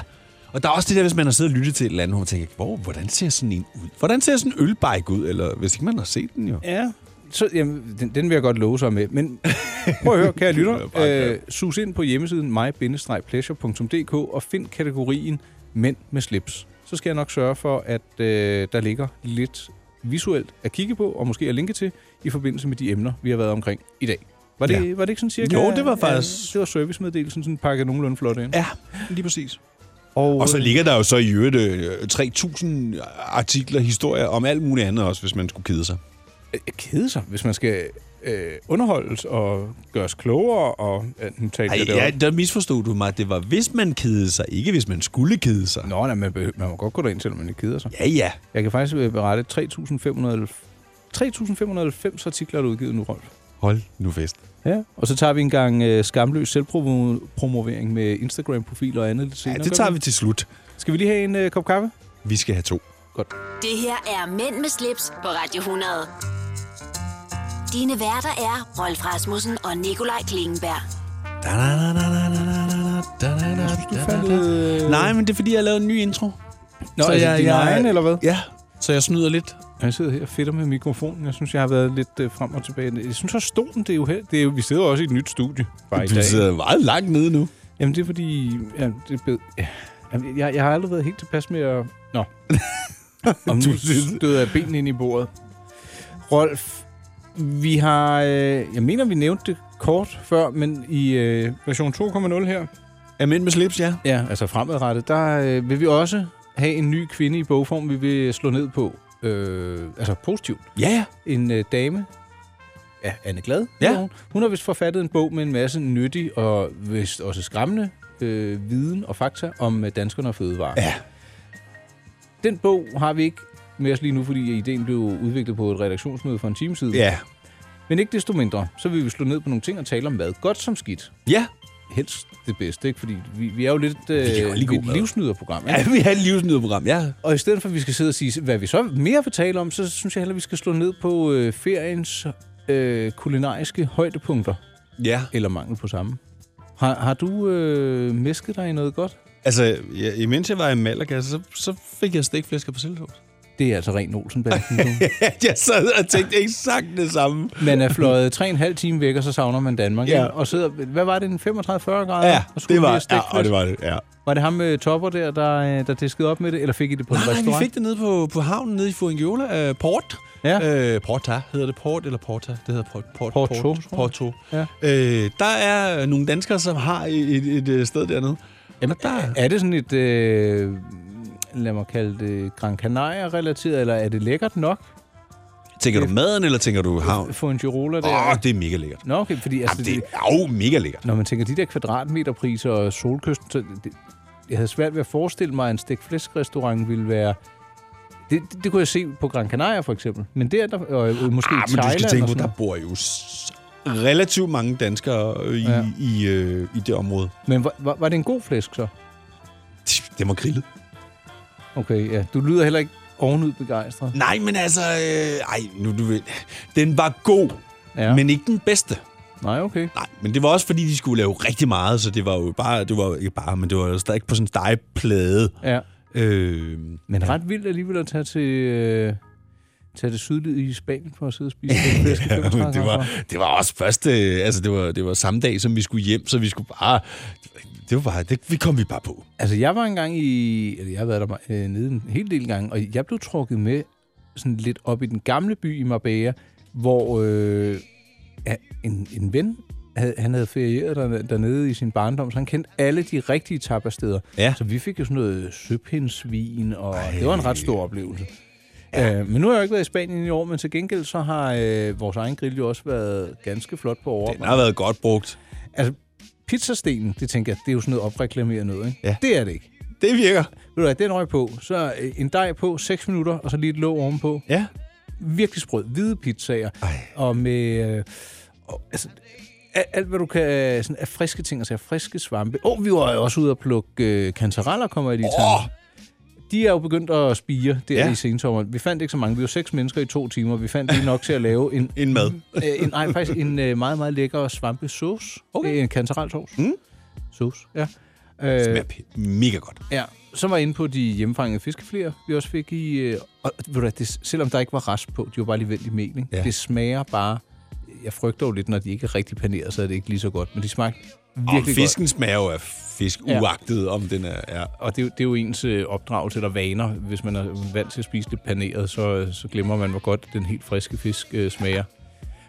[SPEAKER 3] Og der er også det der, hvis man har siddet og lyttet til et eller andet, hvor man tænker, hvor, hvordan ser sådan en ud? Hvordan ser sådan en ølbike ud? Eller hvis ikke man har set den jo.
[SPEAKER 2] Ja. Så, jamen, den, den vil jeg godt love sig med. Men prøv at høre, kære
[SPEAKER 3] Det
[SPEAKER 2] lytter.
[SPEAKER 3] er bare
[SPEAKER 2] Øh, sus ind på hjemmesiden my-pleasure.dk og find kategorien Mænd med slips. Så skal jeg nok sørge for, at øh, der ligger lidt visuelt at kigge på, og måske at linke til, i forbindelse med de emner, vi har været omkring i dag. Var det, ja. var det ikke sådan cirka?
[SPEAKER 3] Jo, det var
[SPEAKER 2] øh,
[SPEAKER 3] faktisk-
[SPEAKER 2] det var servicemeddelelsen, sådan pakket nogenlunde flot ind.
[SPEAKER 3] Ja, lige præcis.
[SPEAKER 2] Og,
[SPEAKER 3] Og så ligger der jo så i øvrigt øh, 3.000 artikler, historier om alt muligt andet også, hvis man skulle kede sig.
[SPEAKER 2] øh, kede sig, hvis man skal øh, underholdes og gøres klogere. Og, øh, nu talte
[SPEAKER 3] Ej,
[SPEAKER 2] jeg det
[SPEAKER 3] ja,
[SPEAKER 2] op.
[SPEAKER 3] der misforstod du mig. Det var, hvis man kede sig, ikke hvis man skulle kede sig.
[SPEAKER 2] Nå, nej, man, behøver, man må godt gå derind, selvom man ikke keder sig.
[SPEAKER 3] Ja, ja.
[SPEAKER 2] Jeg kan faktisk øh, berette 3.590 3.590 artikler, der er udgivet nu, Rolf.
[SPEAKER 3] Hold nu fest.
[SPEAKER 2] Ja. Og så tager vi en gang øh, skamløs selvpromovering med Instagram-profiler og andet lidt
[SPEAKER 3] Ja,
[SPEAKER 2] senere.
[SPEAKER 3] det
[SPEAKER 2] gør
[SPEAKER 3] tager vi til slut.
[SPEAKER 2] Skal vi lige have en øh, kop kaffe?
[SPEAKER 3] Vi skal have to.
[SPEAKER 1] Det her er Mænd med slips på Radio 100. Dine værter er Rolf Rasmussen og Nikolaj Klingenberg.
[SPEAKER 3] Nej, men det er, fordi jeg har lavet en ny intro.
[SPEAKER 2] Nå, så altså, jeg, din jeg, egen, eller hvad?
[SPEAKER 3] Ja, så jeg snyder lidt.
[SPEAKER 2] Jeg sidder her og fedter med mikrofonen. Jeg synes, jeg har været lidt øh, frem og tilbage. Jeg synes også, stolen, det er jo her. Det er jo, vi sidder jo også i et nyt studie. Bare i
[SPEAKER 3] Du
[SPEAKER 2] dag.
[SPEAKER 3] sidder meget langt nede nu.
[SPEAKER 2] Jamen, det er fordi... Ja, det er bed... ja. Jamen, jeg, jeg har aldrig været helt tilpas med at... Nå. Og nu støder jeg benene ind i bordet. Rolf, vi har... Øh, jeg mener, vi nævnte det kort før, men i øh, version 2.0 her...
[SPEAKER 3] Er mænd med slips, ja.
[SPEAKER 2] Ja, altså fremadrettet, der øh, vil vi også have en ny kvinde i bogform, vi vil slå ned på. Øh, altså positivt
[SPEAKER 3] Ja, ja.
[SPEAKER 2] en øh, dame, ja, Anne Glad,
[SPEAKER 3] Ja.
[SPEAKER 2] hedder hun. hun har vist forfattet en bog med en masse nyttig og vist også skræmmende øh, viden og fakta om øh, danskerne og fødevarer.
[SPEAKER 3] Ja.
[SPEAKER 2] Den bog har vi ikke med os lige nu, fordi ideen blev udviklet på et redaktionsmøde for en time siden.
[SPEAKER 3] Ja.
[SPEAKER 2] Men ikke desto mindre, så vil vi slå ned på nogle ting og tale om mad. Godt som skidt.
[SPEAKER 3] Ja.
[SPEAKER 2] Helst det bedste, ikke? Fordi vi, vi er jo lidt øh,
[SPEAKER 3] kan jo lige god
[SPEAKER 2] et
[SPEAKER 3] mad.
[SPEAKER 2] livsnyderprogram. Ikke?
[SPEAKER 3] Ja, vi har et livsnydeprogram, ja.
[SPEAKER 2] Og i stedet for, at vi skal sidde og sige, hvad vi så mere vil tale om, så synes jeg heller, at vi skal slå ned på øh, feriens øh, kulinariske højdepunkter,
[SPEAKER 3] Ja.
[SPEAKER 2] eller mangel på samme. Har, har du øh, misket dig i noget godt?
[SPEAKER 3] Altså, ja, imens jeg var i Malaga, så, så fik jeg stikflæsker på sildesovs.
[SPEAKER 2] Det er altså ren Olsenbanden. du.
[SPEAKER 3] jeg sad og tænkte eksakt det samme.
[SPEAKER 2] man er fløjet 3,5 time væk, og så savner man Danmark.
[SPEAKER 3] Ja.
[SPEAKER 2] Ja. Og sidder, hvad var det, en 35-40 grader?
[SPEAKER 3] Ja,
[SPEAKER 2] og
[SPEAKER 3] det
[SPEAKER 2] skulle lige have
[SPEAKER 3] var,
[SPEAKER 2] stegt
[SPEAKER 3] ja, Ah, og det
[SPEAKER 2] flæsk?
[SPEAKER 3] var det, ja.
[SPEAKER 2] Var det ham med topper der, der, øh, der diskede op med det, eller fik I det på en
[SPEAKER 3] Nej, vi
[SPEAKER 2] restaurant?
[SPEAKER 3] fik det nede på, på havnen nede i Fuengirola. Øh, port.
[SPEAKER 2] Ja.
[SPEAKER 3] Øh, porta. Hedder det port eller porta? Det hedder port, port,
[SPEAKER 2] Porto,
[SPEAKER 3] Port,
[SPEAKER 2] tror jeg.
[SPEAKER 3] porto.
[SPEAKER 2] Ja.
[SPEAKER 3] Øh, der er nogle danskere, som har et, et, et øh, sted dernede.
[SPEAKER 2] Jamen, der... Er det sådan et, øh, lad mig kalde det, Gran Canaria-relateret, eller er det lækkert nok?
[SPEAKER 3] Tænker du maden, eller tænker du havn?
[SPEAKER 2] Få en girola der?
[SPEAKER 3] Åh, oh, det er mega lækkert.
[SPEAKER 2] Nå, okay, fordi altså,
[SPEAKER 3] Jamen, det
[SPEAKER 2] det...
[SPEAKER 3] er jo mega lækkert.
[SPEAKER 2] når man tænker de der kvadratmeterpriser og solkysten, så det, jeg havde svært ved at forestille mig, at en stikflæskrestaurant ville være... Det, det, det kunne jeg se på Gran Canaria, for eksempel. Men der, der og øh, måske
[SPEAKER 3] Ah,
[SPEAKER 2] i
[SPEAKER 3] men du
[SPEAKER 2] Thailand
[SPEAKER 3] skal tænke
[SPEAKER 2] og
[SPEAKER 3] på,
[SPEAKER 2] sådan
[SPEAKER 3] der bor jo s- relativt mange danskere øh, i,
[SPEAKER 2] Ja.
[SPEAKER 3] ja. i, øh, i det område.
[SPEAKER 2] noget. Men var, var, var det en god flæsk, så?
[SPEAKER 3] Det var grillet.
[SPEAKER 2] Okay, ja. Du lyder heller ikke ovenud begejstret.
[SPEAKER 3] Nej, men altså... Øh, ej, nu du ved... Den var god,
[SPEAKER 2] Ja.
[SPEAKER 3] ja. men ikke den bedste.
[SPEAKER 2] Nej, okay.
[SPEAKER 3] Nej, men det var også, fordi de skulle lave rigtig meget, så det var jo bare... Det var jo ikke bare, men det var jo stadig på sådan en stegeplade.
[SPEAKER 2] Ja.
[SPEAKER 3] Øh,
[SPEAKER 2] Men ret vildt alligevel at tage til... Øh, tage det sydlige i Spanien for at sidde og spise den fisk i
[SPEAKER 3] Ja, men
[SPEAKER 2] 35
[SPEAKER 3] det, var,
[SPEAKER 2] grader.
[SPEAKER 3] det var også første, altså det var, det var samme dag, som vi skulle hjem, så vi skulle bare, det var bare, det, vi kom vi bare på.
[SPEAKER 2] Altså, jeg var engang i... Eller jeg har været der øh, nede en hel del gange, og jeg blev trukket med sådan lidt op i den gamle by i Marbella, hvor øh, ja, en, en ven, havde, han havde ferieret der, dernede i sin barndom, så han kendte alle de rigtige tapasteder.
[SPEAKER 3] Ja.
[SPEAKER 2] Så vi fik jo sådan noget søpindsvin, og Ej. det var en ret stor oplevelse. Ja. Øh, men nu har jeg jo ikke været i Spanien i år, men til gengæld så har øh, vores egen grill jo også været ganske flot på
[SPEAKER 3] Den
[SPEAKER 2] overarbejde.
[SPEAKER 3] har været godt brugt.
[SPEAKER 2] Altså, pizzastenen, det tænker jeg, det er jo sådan noget opreklameret noget, ikke?
[SPEAKER 3] Ja.
[SPEAKER 2] Det er det ikke.
[SPEAKER 3] Det virker.
[SPEAKER 2] Ved du hvad, den røg på. Så øh, en dej på, 6 minutter, og så lige et låg ovenpå.
[SPEAKER 3] Ja.
[SPEAKER 2] Virkelig sprød. Hvide pizzaer. Ej. Og med... Øh, og, altså, a- alt, hvad du kan øh, sådan, af friske ting, altså af friske svampe. Åh, oh, vi var jo også ude og plukke øh, kantareller, kommer jeg lige til.
[SPEAKER 3] Åh!
[SPEAKER 2] De er jo begyndt at spire der
[SPEAKER 3] Ja.
[SPEAKER 2] ja. i sensommeren. Vi fandt ikke så mange. Vi var seks mennesker i to timer. Vi fandt lige nok til at lave en...
[SPEAKER 3] En mad.
[SPEAKER 2] øh, en, nej, faktisk en øh, meget, meget lækker svampesauce. Okay. En kantarelsauce. Mm. Sauce, ja. Øh,
[SPEAKER 3] Smager p- mega godt.
[SPEAKER 2] Ja, så var jeg inde på de hjemmefangede fiskefléer, vi også fik i... Øh, og ved du hvad, det, selvom der ikke var rest på, de var bare lige vendt i mel, ikke?
[SPEAKER 3] Ja.
[SPEAKER 2] Ja. Det smager bare... Jeg frygter jo lidt, når de ikke er rigtig paneret, så er det ikke lige så godt. Men de smagte
[SPEAKER 3] Og
[SPEAKER 2] virkelig godt.
[SPEAKER 3] fisken smager jo af fisk,
[SPEAKER 2] Ja.
[SPEAKER 3] uagtet om den er... Ja.
[SPEAKER 2] Og det, er jo- det er jo ens øh, opdragelse eller vaner. Hvis man er vant til at spise det paneret, så, øh, så glemmer man, hvor godt den helt friske fisk øh, smager.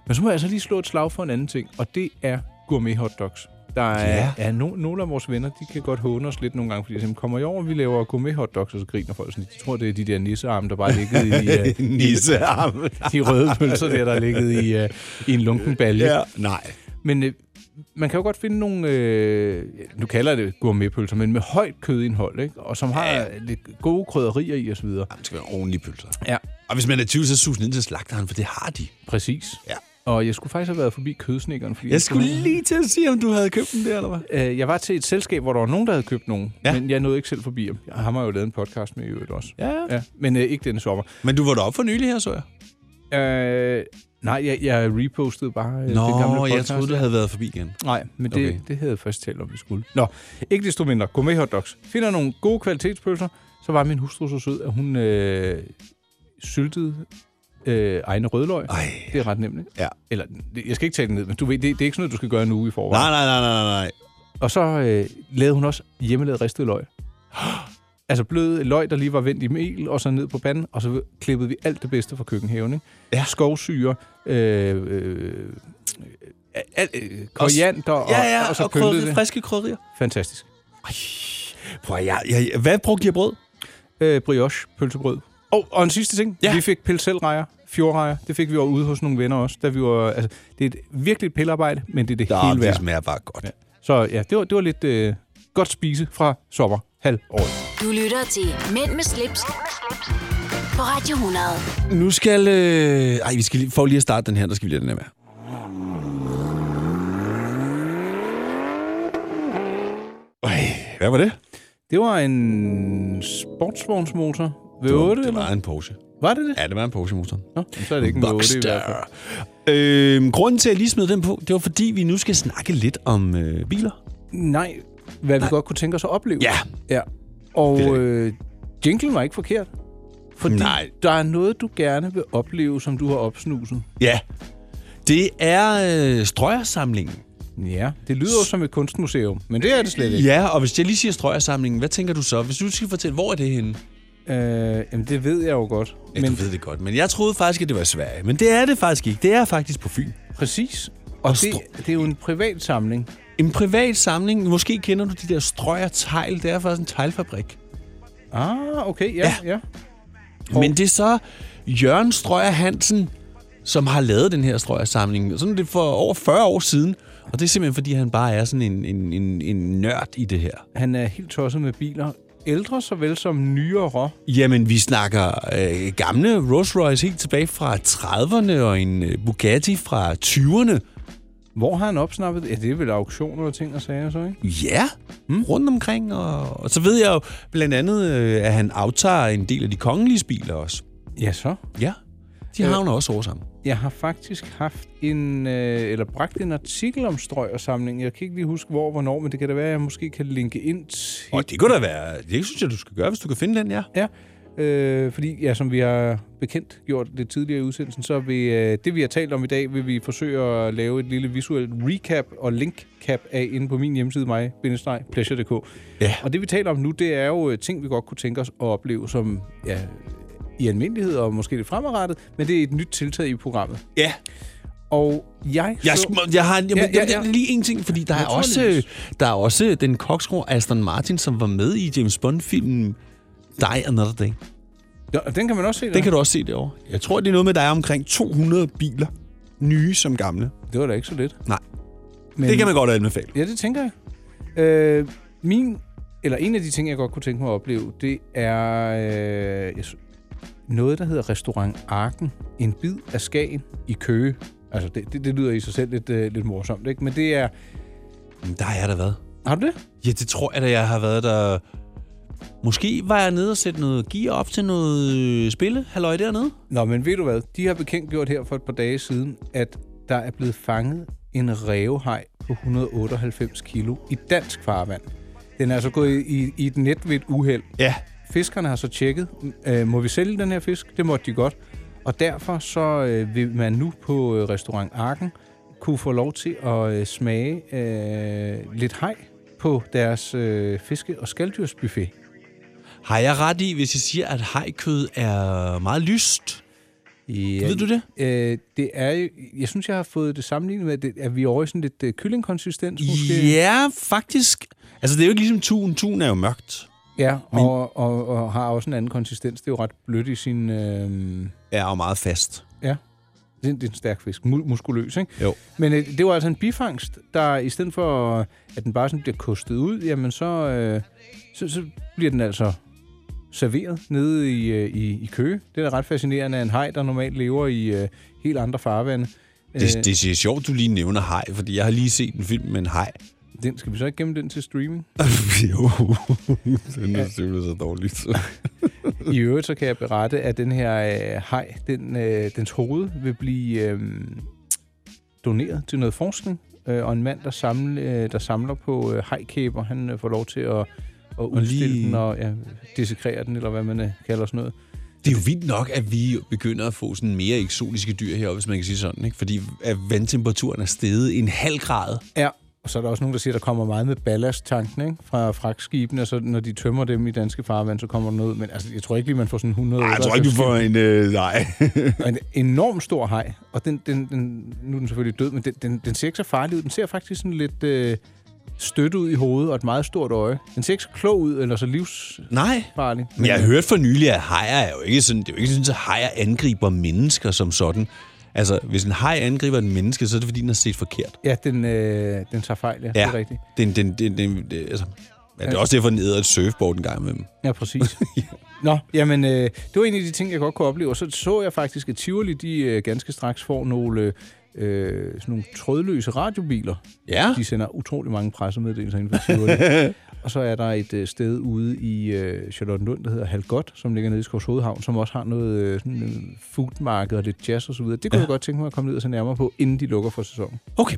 [SPEAKER 2] Men så må jeg altså lige slå et slag for en anden ting, og det er gourmet hotdogs. Der er,
[SPEAKER 3] Ja.
[SPEAKER 2] ja. er no, nogle af vores venner, de kan godt håne os lidt nogle gange, fordi de siger, kommer I over, vi laver gourmet hotdogs, og så griner folk sådan, lidt. de tror, det er de der nissearme, der bare liggede i øh,
[SPEAKER 3] Nissearm.
[SPEAKER 2] de røde pølser, der, der liggede i, øh, i en lunken balje.
[SPEAKER 3] ja. Nej.
[SPEAKER 2] Men øh, man kan jo godt finde nogle, øh, ja, nu kalder jeg det gourmetpølser, men med højt kødindhold, ikke? og som har
[SPEAKER 3] Ja.
[SPEAKER 2] ja. lidt gode krydderier i osv.
[SPEAKER 3] Jamen, det skal være ordentlige pølser.
[SPEAKER 2] Ja,
[SPEAKER 3] Og hvis man er 20, så susen ind til slagteren, for det har de.
[SPEAKER 2] præcis.
[SPEAKER 3] Ja.
[SPEAKER 2] Og jeg skulle faktisk have været forbi kødsnikkeren. Fordi
[SPEAKER 3] Jeg skulle lige til at sige, om du havde købt den der, eller hvad?
[SPEAKER 2] Øh, jeg var til et selskab, hvor der var nogen, der havde købt nogen,
[SPEAKER 3] Ja.
[SPEAKER 2] ja. men jeg nåede ikke selv forbi ham. Han har jo lavet en podcast med i øvrigt også.
[SPEAKER 3] Ja.
[SPEAKER 2] ja men øh, ikke denne sommer.
[SPEAKER 3] Men du var deroppe for nylig her, så jeg.
[SPEAKER 2] Øh, nej, jeg, jeg repostede bare øh,
[SPEAKER 3] Nå,
[SPEAKER 2] det gamle podcast.
[SPEAKER 3] jeg troede, du havde været forbi igen.
[SPEAKER 2] Nej, men det,
[SPEAKER 3] Okay.
[SPEAKER 2] okay. det havde jeg først talt om, vi skulle. Nå, ikke desto mindre. Gå med hotdogs. Finder nogle gode kvalitetspølser. Så var min hustru så sød, at hun øh, syltede øh, egne rødløg.
[SPEAKER 3] Ej.
[SPEAKER 2] Det er ret nemt, ikke?
[SPEAKER 3] Ja.
[SPEAKER 2] Eller, det- jeg skal ikke tage det ned, men du ved, det, det er ikke sådan noget, du skal gøre en uge i forvejen.
[SPEAKER 3] Nej, nej, nej, nej, nej, nej.
[SPEAKER 2] Og så øh, lavede hun også hjemmelavet ristet løg. altså blød løg, der lige var vendt i mel, og så ned på panden, og så klippede vi alt det bedste fra køkkenhaven. Ikke?
[SPEAKER 3] Ja.
[SPEAKER 2] Skovsyre, øh, øh, al, øh, koriander, og,
[SPEAKER 3] Ja, ja,
[SPEAKER 2] og
[SPEAKER 3] og,
[SPEAKER 2] så
[SPEAKER 3] og
[SPEAKER 2] pyntede
[SPEAKER 3] krydderi,
[SPEAKER 2] det.
[SPEAKER 3] friske krydderier.
[SPEAKER 2] Fantastisk.
[SPEAKER 3] Prøv, jeg, jeg, hvad brugte jeg brød?
[SPEAKER 2] Øh, brioche, pølsebrød. Og, og en sidste ting.
[SPEAKER 3] Ja.
[SPEAKER 2] Ja. Vi fik pilselrejer, fjordrejer. Det fik vi over ude hos nogle venner også. Da vi var, altså, det er et, virkelig et pillearbejde, men det er det
[SPEAKER 3] Der,
[SPEAKER 2] hele
[SPEAKER 3] det
[SPEAKER 2] værd.
[SPEAKER 3] smager bare godt. Ja.
[SPEAKER 2] Så ja, det var, det var lidt øh, godt spise fra sommer. Halv år.
[SPEAKER 1] Du lytter til Mænd med slips, på Radio 100.
[SPEAKER 3] Nu skal... Øh... Ej, vi skal lige, for lige at starte den her, der skal vi lige have den her med. Ej, hvad var det?
[SPEAKER 2] Det var en sportsvognsmotor.
[SPEAKER 3] det
[SPEAKER 2] V8, eller?
[SPEAKER 3] var en Porsche.
[SPEAKER 2] Var det det?
[SPEAKER 3] Ja, det var en Porsche-motor.
[SPEAKER 2] Nå, så er det ikke en V8 i hvert fald.
[SPEAKER 3] Rockstar. Øhm, grunden til, at jeg lige smed den på, det var, fordi vi nu skal snakke lidt om øh, biler.
[SPEAKER 2] Nej, hvad vi godt kunne tænke os at opleve.
[SPEAKER 3] Ja.
[SPEAKER 2] ja. Og
[SPEAKER 3] Det er det.
[SPEAKER 2] øh, jinglen var ikke forkert. Fordi
[SPEAKER 3] Nej.
[SPEAKER 2] der er noget, du gerne vil opleve, som du har opsnuset.
[SPEAKER 3] Ja. Det er øh, strøjersamlingen.
[SPEAKER 2] Ja, det lyder jo som et kunstmuseum, men det er det slet ikke.
[SPEAKER 3] Ja, og hvis jeg lige siger strøjersamlingen, hvad tænker du så? Hvis du skal fortælle, hvor er det henne?
[SPEAKER 2] Øh, jamen, det ved jeg jo godt.
[SPEAKER 3] Ja, men...
[SPEAKER 2] men
[SPEAKER 3] du ved det godt, men jeg troede faktisk, at det var i Sverige. Men det er det faktisk ikke. Det er faktisk på Fyn.
[SPEAKER 2] præcis.
[SPEAKER 3] Og
[SPEAKER 2] Og det,
[SPEAKER 3] stro-
[SPEAKER 2] det er jo en privat samling.
[SPEAKER 3] En privat samling. Måske kender du de der strøjer tegl. Det er faktisk en teglfabrik.
[SPEAKER 2] Ah, okay, ja, ja. ja.
[SPEAKER 3] Oh. Men det er så Jørgen Strøjer Hansen, som har lavet den her strøjersamling. Sådan er det for over 40 år siden. Og det er simpelthen, fordi han bare er sådan en, en, en, en nørd i det her.
[SPEAKER 2] Han er helt tosset med biler. Ældre såvel som nyere.
[SPEAKER 3] Jamen, vi snakker øh, gamle Rolls Royce helt tilbage fra 30'erne og en øh, Bugatti fra 20'erne.
[SPEAKER 2] Hvor har han opsnappet? Ja, det er vel auktioner og ting og sager så, ikke?
[SPEAKER 3] Ja, mm. rundt omkring. Og, og så ved jeg jo blandt andet, øh, at han aftager en del af de kongelige biler også.
[SPEAKER 2] Ja, så.
[SPEAKER 3] Ja, de
[SPEAKER 2] Øh.
[SPEAKER 3] havner også over sammen.
[SPEAKER 2] Jeg har faktisk haft en, øh, eller bragt en artikel om strøjersamlingen. Jeg kan ikke lige huske, hvor og hvornår, men det kan da være, at jeg måske kan linke ind til...
[SPEAKER 3] Og det kunne da være, det synes jeg, du skal gøre, hvis du kan finde den, ja.
[SPEAKER 2] Ja, Øh, fordi, ja, som vi har bekendt gjort det tidligere i udsendelsen, så vil øh, det, vi har talt om i dag, vil vi forsøge at lave et lille visuelt recap og link-cap af inde på min hjemmeside, mig pleasure.dk.
[SPEAKER 3] Ja.
[SPEAKER 2] Og det, vi taler om nu, det er jo øh, ting, vi godt kunne tænke os at opleve som, ja, i almindelighed og måske lidt fremadrettet, men det er et nyt tiltag i programmet.
[SPEAKER 3] Ja,
[SPEAKER 2] Og jeg,
[SPEAKER 3] jeg,
[SPEAKER 2] så...
[SPEAKER 3] sm- jeg har jamen,
[SPEAKER 2] Ja,
[SPEAKER 3] ja,
[SPEAKER 2] ja,
[SPEAKER 3] ja,
[SPEAKER 2] ja.
[SPEAKER 3] ja. lige en ting, fordi der er, også,
[SPEAKER 2] Naturligvis.
[SPEAKER 3] øh, der er også den koksgrå Aston Martin, som var med i James Bond-filmen Die Another Day.
[SPEAKER 2] Ja, den kan man også se.
[SPEAKER 3] Den kan du også se derovre. Jeg tror, det er noget med, at der er omkring 200 biler. Nye som gamle.
[SPEAKER 2] Det var da ikke så lidt.
[SPEAKER 3] Nej,
[SPEAKER 2] Men...
[SPEAKER 3] det kan man godt anbefale.
[SPEAKER 2] Ja, det tænker jeg. Øh, min, eller en af de ting, jeg godt kunne tænke mig at opleve, det er øh, jeg sy- noget, der hedder Restaurant Arken. En bid af Skagen i Køge. Altså, det, det, det lyder i sig selv lidt, øh, lidt morsomt, ikke? Men det er...
[SPEAKER 3] Men der har jeg da været.
[SPEAKER 2] Har du det?
[SPEAKER 3] Ja, det tror jeg da, jeg har været der. Måske var jeg nede og sætte noget gear op til noget øh, spille. Halløj dernede.
[SPEAKER 2] Nå, men ved du hvad? De har bekendtgjort her for et par dage siden, at der er blevet fanget en rævehaj på 198 kilo i dansk farvand. Den er altså gået i, i, i et net ved et uheld.
[SPEAKER 3] Ja.
[SPEAKER 2] Fiskerne har så tjekket, øh, må vi sælge den her fisk? Det måtte de godt. Og derfor så øh, vil man nu på øh, restaurant Arken kunne få lov til at øh, smage øh, lidt haj på deres øh, fiske- og skalddyrsbuffet.
[SPEAKER 3] Har jeg ret i, hvis jeg siger, at hajkød er meget lyst?
[SPEAKER 2] Ja,
[SPEAKER 3] Ved du det?
[SPEAKER 2] Øh, det er jo, jeg synes, jeg har fået det sammenlignet med, at, det, at vi er over i sådan lidt øh, kyllingkonsistens måske.
[SPEAKER 3] Ja, faktisk. Altså, det er jo ikke ligesom tun. Tun er jo mørkt.
[SPEAKER 2] Ja, og, og, og har også en anden konsistens. Det er jo ret blødt i sin... Øh,
[SPEAKER 3] Ja, og meget fast.
[SPEAKER 2] Ja. Det er, det er en stærk fisk. Mu- muskuløs, ikke?
[SPEAKER 3] Jo.
[SPEAKER 2] Men øh, det var altså en bifangst, der i stedet for, øh, at den bare sådan bliver kostet ud, jamen så, øh, så, så bliver den altså serveret nede i, øh, i, i Køge. Det er da ret fascinerende, at en haj, der normalt lever i øh, helt andre farvande, øh,
[SPEAKER 3] Det, det er sjovt, du lige nævner haj, fordi jeg har lige set en film med en haj.
[SPEAKER 2] den skal vi så ikke gemme den til streaming?
[SPEAKER 3] jo, den er simpelthen så dårligt.
[SPEAKER 2] I øvrigt så kan jeg berette, at den her øh, haj, den, øh, dens hoved vil blive øh, doneret til noget forskning, øh, og en mand, der, samle, øh, der samler på øh, hajkæber, han øh, får lov til at, at udstille
[SPEAKER 3] lige-
[SPEAKER 2] den og ja, dissekrere den, eller hvad man øh, kalder sådan noget.
[SPEAKER 3] Det er jo vildt nok, at vi begynder at få sådan mere eksotiske dyr heroppe, hvis man kan sige sådan, ikke? fordi at vandtemperaturen er steget en halv grad.
[SPEAKER 2] Ja, og så er der også nogen, der siger, at der kommer meget med ballasttanken ikke? fra fragtskibene, og så når de tømmer dem i danske farvand, så kommer der noget. Men altså, jeg tror ikke lige, man får sådan 100...
[SPEAKER 3] en... Øh, nej.
[SPEAKER 2] Og en enorm stor haj, og den, den, den, nu er den selvfølgelig død, men den, den, den ser ikke så farlig ud. Den ser faktisk sådan lidt øh, stødt ud i hovedet og et meget stort øje. Den ser ikke så klog ud, eller så livsfarlig.
[SPEAKER 3] nej. Men jeg har hørt for nylig, at hajer er jo ikke sådan, det er jo ikke sådan, at hajer angriber mennesker som sådan. Altså, hvis en haj angriber en menneske, så er det fordi, den har set forkert.
[SPEAKER 2] Ja, den, øh, den tager fejl, ja. ja. Det er rigtigt.
[SPEAKER 3] Den, den, den, den, det, altså, ja, det er også derfor, den æder et surfboard en gang imellem.
[SPEAKER 2] Ja, præcis. Nå, jamen, øh, det var en af de ting, jeg godt kunne opleve. Og så så jeg faktisk, at Tivoli, de øh, ganske straks får nogle, øh, sådan nogle trådløse radiobiler.
[SPEAKER 3] Ja.
[SPEAKER 2] De sender utrolig mange pressemeddelelser ind for Tivoli. og så er der et øh, sted ude i øh, Charlottenlund, der hedder Halgot, som ligger nede i Skovshovedhavn, som også har noget øh, sådan, øh, foodmarked og lidt jazz osv. Det kunne ja. jeg godt tænke mig at komme ned og se nærmere på, inden de lukker for sæsonen.
[SPEAKER 3] Okay.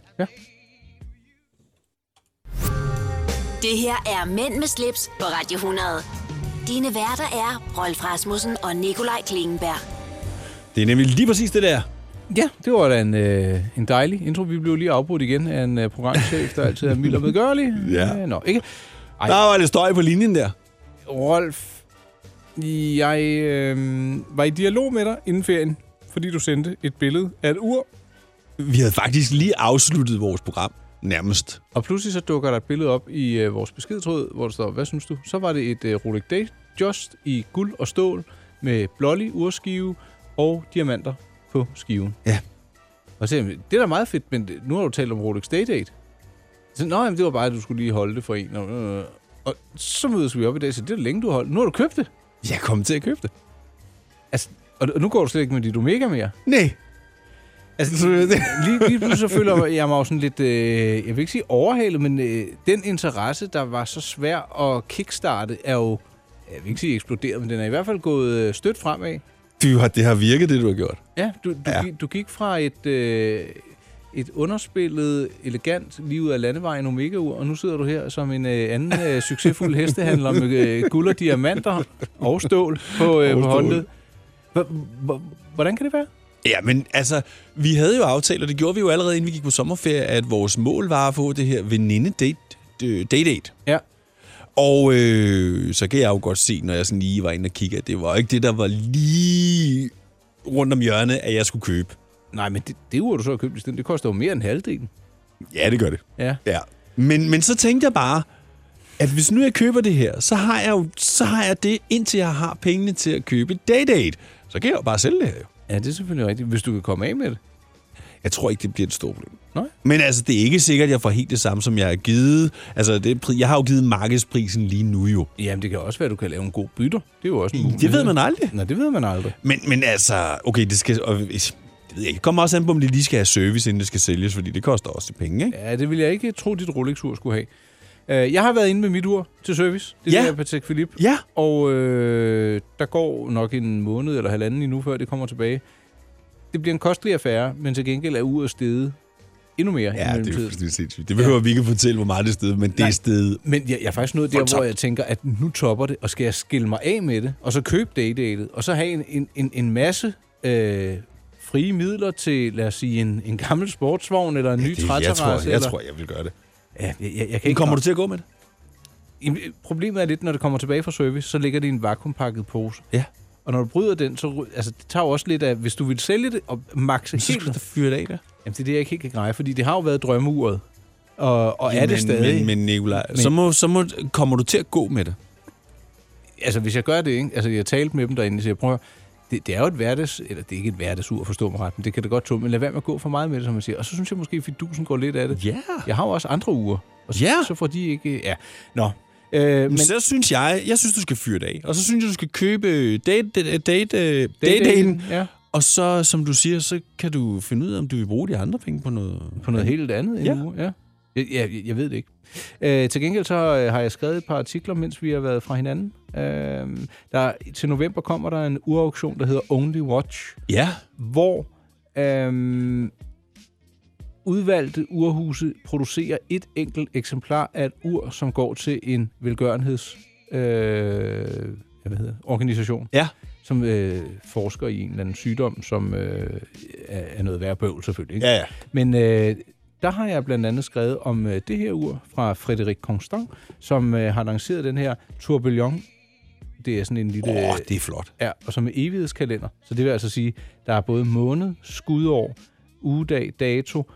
[SPEAKER 1] Det her er Mænd med slips på Radio 100. Dine værter er Rolf Rasmussen og Nikolaj Klingenberg.
[SPEAKER 3] Det er nemlig lige præcis det der.
[SPEAKER 2] Ja, det var da en, øh, en dejlig intro. Vi blev lige afbrudt igen af en øh, programchef, der altid er mild og medgørlig.
[SPEAKER 3] Ja.
[SPEAKER 2] Øh, Nå, ikke? Ej.
[SPEAKER 3] Der var lidt støj på linjen der.
[SPEAKER 2] Rolf, jeg øh, var i dialog med dig inden ferien, fordi du sendte et billede af et ur.
[SPEAKER 3] Vi havde faktisk lige afsluttet vores program, nærmest.
[SPEAKER 2] Og pludselig så dukker der et billede op i øh, vores beskedtråd, hvor der står, hvad synes du? Så var det et øh, Rolex Day Just i guld og stål med blålig urskive og diamanter på skiven.
[SPEAKER 3] Ja.
[SPEAKER 2] Og så, siger jeg, det er da meget fedt, men nu har du talt om Rolex Day Date. Så, Nå, jamen, det var bare, at du skulle lige holde det for en. Og, øh, og så mødes vi op i dag, så det er længe, du har holdt. Nu har du købt det.
[SPEAKER 3] Jeg kom til at købe det.
[SPEAKER 2] Altså, og, og nu går du slet ikke med dit Omega mere.
[SPEAKER 3] Nej.
[SPEAKER 2] Altså, lige, lige pludselig så føler jeg mig jo sådan lidt, øh, jeg vil ikke sige overhalet, men øh, den interesse, der var så svær at kickstarte, er jo, jeg vil ikke sige eksploderet, men den er i hvert fald gået øh, stødt fremad.
[SPEAKER 3] Du har, det har virket, det du har gjort.
[SPEAKER 2] Ja, du, du, ja.
[SPEAKER 3] Ja.
[SPEAKER 2] Gik, du gik fra et, øh, et underspillet, elegant liv ud af landevejen Omega-ur, og nu sidder du her som en øh, anden øh, succesfuld hestehandler med øh, guld og diamanter og stål på, øh,
[SPEAKER 3] Og
[SPEAKER 2] på
[SPEAKER 3] stål.
[SPEAKER 2] håndled. Hvor- hvor- Hvordan kan det være?
[SPEAKER 3] Ja, men altså, vi havde jo aftalt, og det gjorde vi jo allerede, inden vi gik på sommerferie, at vores mål var at få det her veninde-date-date.
[SPEAKER 2] Ja.
[SPEAKER 3] Og øh, så kan jeg jo godt se, når jeg sådan lige var inde og kigge, at det var ikke det, der var lige rundt om hjørnet, at jeg skulle købe.
[SPEAKER 2] Nej, men det, det ur, du så har købt i stedet, det koster jo mere end halvdelen.
[SPEAKER 3] Ja, det gør det.
[SPEAKER 2] Ja.
[SPEAKER 3] Ja. Men, men så tænkte jeg bare, at hvis nu jeg køber det her, så har jeg jo så har jeg det, indtil jeg har pengene til at købe Day-Date. Så kan jeg jo bare sælge det her jo.
[SPEAKER 2] ja, det er selvfølgelig rigtigt, hvis du kan komme af med det.
[SPEAKER 3] Jeg tror ikke, det bliver et stort problem.
[SPEAKER 2] Nej.
[SPEAKER 3] Men altså, det er ikke sikkert, at jeg får helt det samme, som jeg har givet. Altså, det, er pri- jeg har jo givet markedsprisen lige nu jo.
[SPEAKER 2] Jamen, det kan også være, at du kan lave en god bytter. Det er jo også en
[SPEAKER 3] Det
[SPEAKER 2] mulighed.
[SPEAKER 3] ved man aldrig.
[SPEAKER 2] Nej, det ved man aldrig.
[SPEAKER 3] Men, men altså, okay, det skal... Og, det ved jeg ikke. Det kommer også an på, om det lige skal have service, inden det skal sælges, fordi det koster også lidt penge, ikke?
[SPEAKER 2] Ja, det ville jeg ikke tro, dit Rolex-ur skulle have. Øh, Jeg har været inde med mit ur til service. Det
[SPEAKER 3] Ja.
[SPEAKER 2] er ja. der Patek Philippe.
[SPEAKER 3] Ja.
[SPEAKER 2] Og øh, der går nok en måned eller halvanden endnu, før det kommer tilbage. Det bliver en kostelig affære, men til gengæld er uret steget endnu
[SPEAKER 3] Ja,
[SPEAKER 2] mere i
[SPEAKER 3] det er jo
[SPEAKER 2] mellemtiden.
[SPEAKER 3] fuldstændig sindssygt. Det behøver vi ikke at fortælle, hvor meget det sted, men det
[SPEAKER 2] Nej.
[SPEAKER 3] er sted.
[SPEAKER 2] Men jeg, jeg er faktisk nået der, hvor
[SPEAKER 3] Voldsomt.
[SPEAKER 2] jeg tænker, at nu topper det, og skal jeg skille mig af med det, og så købe daydatet, og så have en, en, en, en masse øh, frie midler til, lad os sige, en, en gammel sportsvogn eller en ny
[SPEAKER 3] Det, jeg, tror,
[SPEAKER 2] træterrasse.
[SPEAKER 3] jeg
[SPEAKER 2] eller-
[SPEAKER 3] tror, jeg vil gøre det.
[SPEAKER 2] Ja, jeg, jeg, jeg kan ikke
[SPEAKER 3] Kommer du til at gå med det?
[SPEAKER 2] Jamen, øh, Problemet er lidt, når det kommer tilbage fra service, så ligger det i en vakuumpakket pose.
[SPEAKER 3] Ja.
[SPEAKER 2] Og når du bryder den, så ry- altså, det tager jo også lidt af, hvis du vil sælge det og maxe
[SPEAKER 3] Så skal
[SPEAKER 2] helt.
[SPEAKER 3] du fyre det af der.
[SPEAKER 2] Jamen, det er det, jeg ikke helt kan greje, fordi det har jo været drømmeuret. Og, og er det
[SPEAKER 3] men,
[SPEAKER 2] stadig.
[SPEAKER 3] Men, men Nicolaj,
[SPEAKER 2] Men-
[SPEAKER 3] så, må, så må, kommer du til at gå med det.
[SPEAKER 2] altså, hvis jeg gør det, ikke? Altså, jeg talte med dem derinde, så jeg prøver det, det er jo et hverdags, eller det er ikke et hverdagsur, forstå mig ret, men det kan det godt tåle, men lad være med at gå for meget med det, som man siger. Og så synes jeg måske, at fidusen går lidt af det.
[SPEAKER 3] Ja.
[SPEAKER 2] Jeg har jo også andre uger, og så,
[SPEAKER 3] Ja.
[SPEAKER 2] så får de ikke... Ja, nå. Øh, men,
[SPEAKER 3] Men så synes jeg, jeg synes, du skal fyre det af. Og så synes jeg, du skal købe date, date, date,
[SPEAKER 2] det er
[SPEAKER 3] date,
[SPEAKER 2] Ja,
[SPEAKER 3] Og så, som du siger, så kan du finde ud af, om du vil bruge de andre penge på noget.
[SPEAKER 2] på noget helt andet
[SPEAKER 3] Ja.
[SPEAKER 2] end uger. Ja. Jeg, jeg, jeg ved det ikke. Øh, til gengæld så øh, har jeg skrevet et par artikler, mens vi har været fra hinanden. Øh, der, til november kommer der en urauktion, der hedder Only Watch.
[SPEAKER 3] Ja.
[SPEAKER 2] hvor øhm, udvalgte urhuse producerer et enkelt eksemplar af et ur, som går til en velgørenheds øh, hvad hedder, det, organisation,
[SPEAKER 3] Ja.
[SPEAKER 2] som øh, forsker i en eller anden sygdom, som øh, er er noget værre bøvl selvfølgelig. Ikke?
[SPEAKER 3] Ja, ja.
[SPEAKER 2] Men øh, der har jeg blandt andet skrevet om øh, det her ur fra Frederik Constant, som øh, har lanceret den her Tourbillon. Det er sådan en lille...
[SPEAKER 3] Åh, oh, det er flot.
[SPEAKER 2] Ja, og som er evighedskalender. Så det vil altså sige, der er både måned, skudår, ugedag, dato,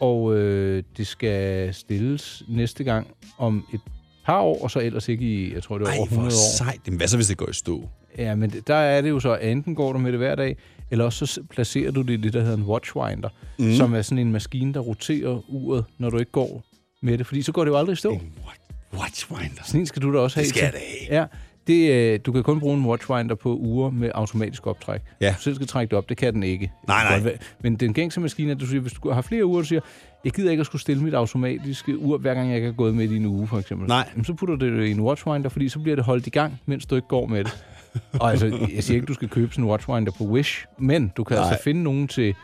[SPEAKER 2] og øh, det skal stilles næste gang om et par år, og så ellers ikke i, jeg tror det var
[SPEAKER 3] Ej,
[SPEAKER 2] over 100
[SPEAKER 3] hvor
[SPEAKER 2] år.
[SPEAKER 3] sejt. Jamen, hvad så, hvis det går i stå?
[SPEAKER 2] Ja, men det- der er det jo så, at enten går du med det hver dag, eller også så s- placerer du det i det, der hedder en watchwinder, mm. som er sådan en maskine, der roterer uret, når du ikke går med det, fordi så går det jo aldrig i stå.
[SPEAKER 3] What? Watchwinder.
[SPEAKER 2] Sådan en skal du da også have.
[SPEAKER 3] Det skal
[SPEAKER 2] til.
[SPEAKER 3] jeg da have.
[SPEAKER 2] Ja, det, øh, du kan kun bruge en watchwinder på uger med automatisk optræk.
[SPEAKER 3] Ja.
[SPEAKER 2] Du selv skal trække det op, det kan den ikke.
[SPEAKER 3] Nej, nej.
[SPEAKER 2] Godt være. Men den gængse maskine, at du siger, hvis du har flere uger, du siger, jeg gider ikke at skulle stille mit automatiske ur, hver gang jeg ikke har gået med det i en uge, for eksempel.
[SPEAKER 3] Nej.
[SPEAKER 2] Jamen, så putter du det i en watchwinder, fordi så bliver det holdt i gang, mens du ikke går med det. Og altså, jeg siger ikke, du skal købe sådan en watchwinder på Wish, men du kan nej. altså finde nogen til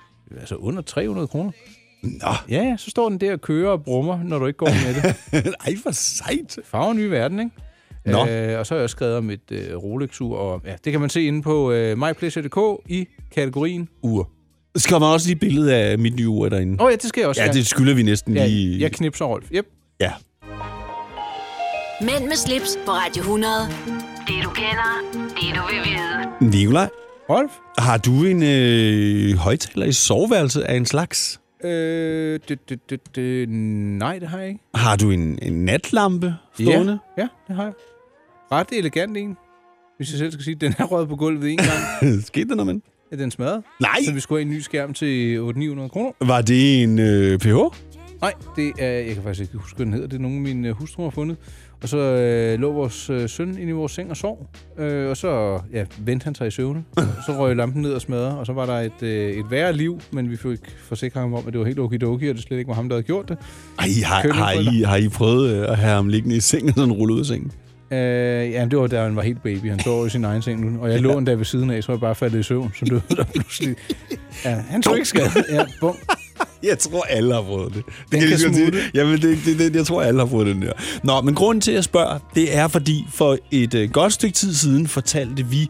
[SPEAKER 2] altså under 300 kroner.
[SPEAKER 3] Nå,
[SPEAKER 2] Ja, ja, så står den der og kører og brummer, når du ikke går med det.
[SPEAKER 3] ej, hvor sejt.
[SPEAKER 2] Farver ny verden, ikke?
[SPEAKER 3] Nå.
[SPEAKER 2] Øh, og så har jeg også skrevet om et øh, Rolex-ur, og ja, det kan man se inde på øh, mypleasure.dk i kategorien ur.
[SPEAKER 3] Så kommer også lige et billede af mit nye ur derinde.
[SPEAKER 2] Åh oh, ja, det skal jeg også
[SPEAKER 3] Ja,
[SPEAKER 2] have.
[SPEAKER 3] det skylder vi næsten lige.
[SPEAKER 2] ja, jeg knipser Rolf. Yep.
[SPEAKER 3] ja.
[SPEAKER 1] Mænd med slips på Radio 100. Det du kender, det du vil vide.
[SPEAKER 3] Nikolaj,
[SPEAKER 2] Rolf?
[SPEAKER 3] har du en øh, højtaler i soveværelset af en slags?
[SPEAKER 2] Øh, det, det, det, det, nej, det har jeg ikke.
[SPEAKER 3] Har du en, en natlampe stående?
[SPEAKER 2] Ja, ja, det har jeg. Ret elegant en. Hvis jeg selv skal sige, den er røget på gulvet en gang.
[SPEAKER 3] Ja. Skete der noget med den?
[SPEAKER 2] Er den smadret?
[SPEAKER 3] Nej,
[SPEAKER 2] Så vi skulle have en ny skærm til 800-900 kroner.
[SPEAKER 3] var det en øh, PH?
[SPEAKER 2] Nej, det er, jeg kan faktisk ikke huske, hvad den hedder. Det er nogen, min øh, hustru har fundet. Og så øh, lå vores øh, søn inde i vores seng og sov. Øh, og så ja, vendte han sig i søvne. så røg lampen ned og smadrede, og så var der et, øh, et værre liv, men vi fik forsikret ham om, at det var helt okidoki, og det slet ikke var ham, der havde gjort det.
[SPEAKER 3] Ej, har,
[SPEAKER 2] Køkken
[SPEAKER 3] har, I,
[SPEAKER 2] krøller.
[SPEAKER 3] har I prøvet øh, at have ham liggende i sengen og sådan rulle ud af sengen?
[SPEAKER 2] Øh, jamen, det var, da han var helt baby. Han sov i sin egen seng nu, og jeg lå en dag ved siden af, så var jeg bare faldet i søvn, så døde der pludselig. Ja, han tog ikke skade. Ja, bum.
[SPEAKER 3] Jeg tror, alle har fået det. Det
[SPEAKER 2] kan
[SPEAKER 3] jeg lige godt
[SPEAKER 2] smutte.
[SPEAKER 3] sige. Jamen, det, det, det, jeg tror, alle har fået den der. Nå, men grunden til, at jeg spørger, det er, fordi for et øh, godt stykke tid siden fortalte vi,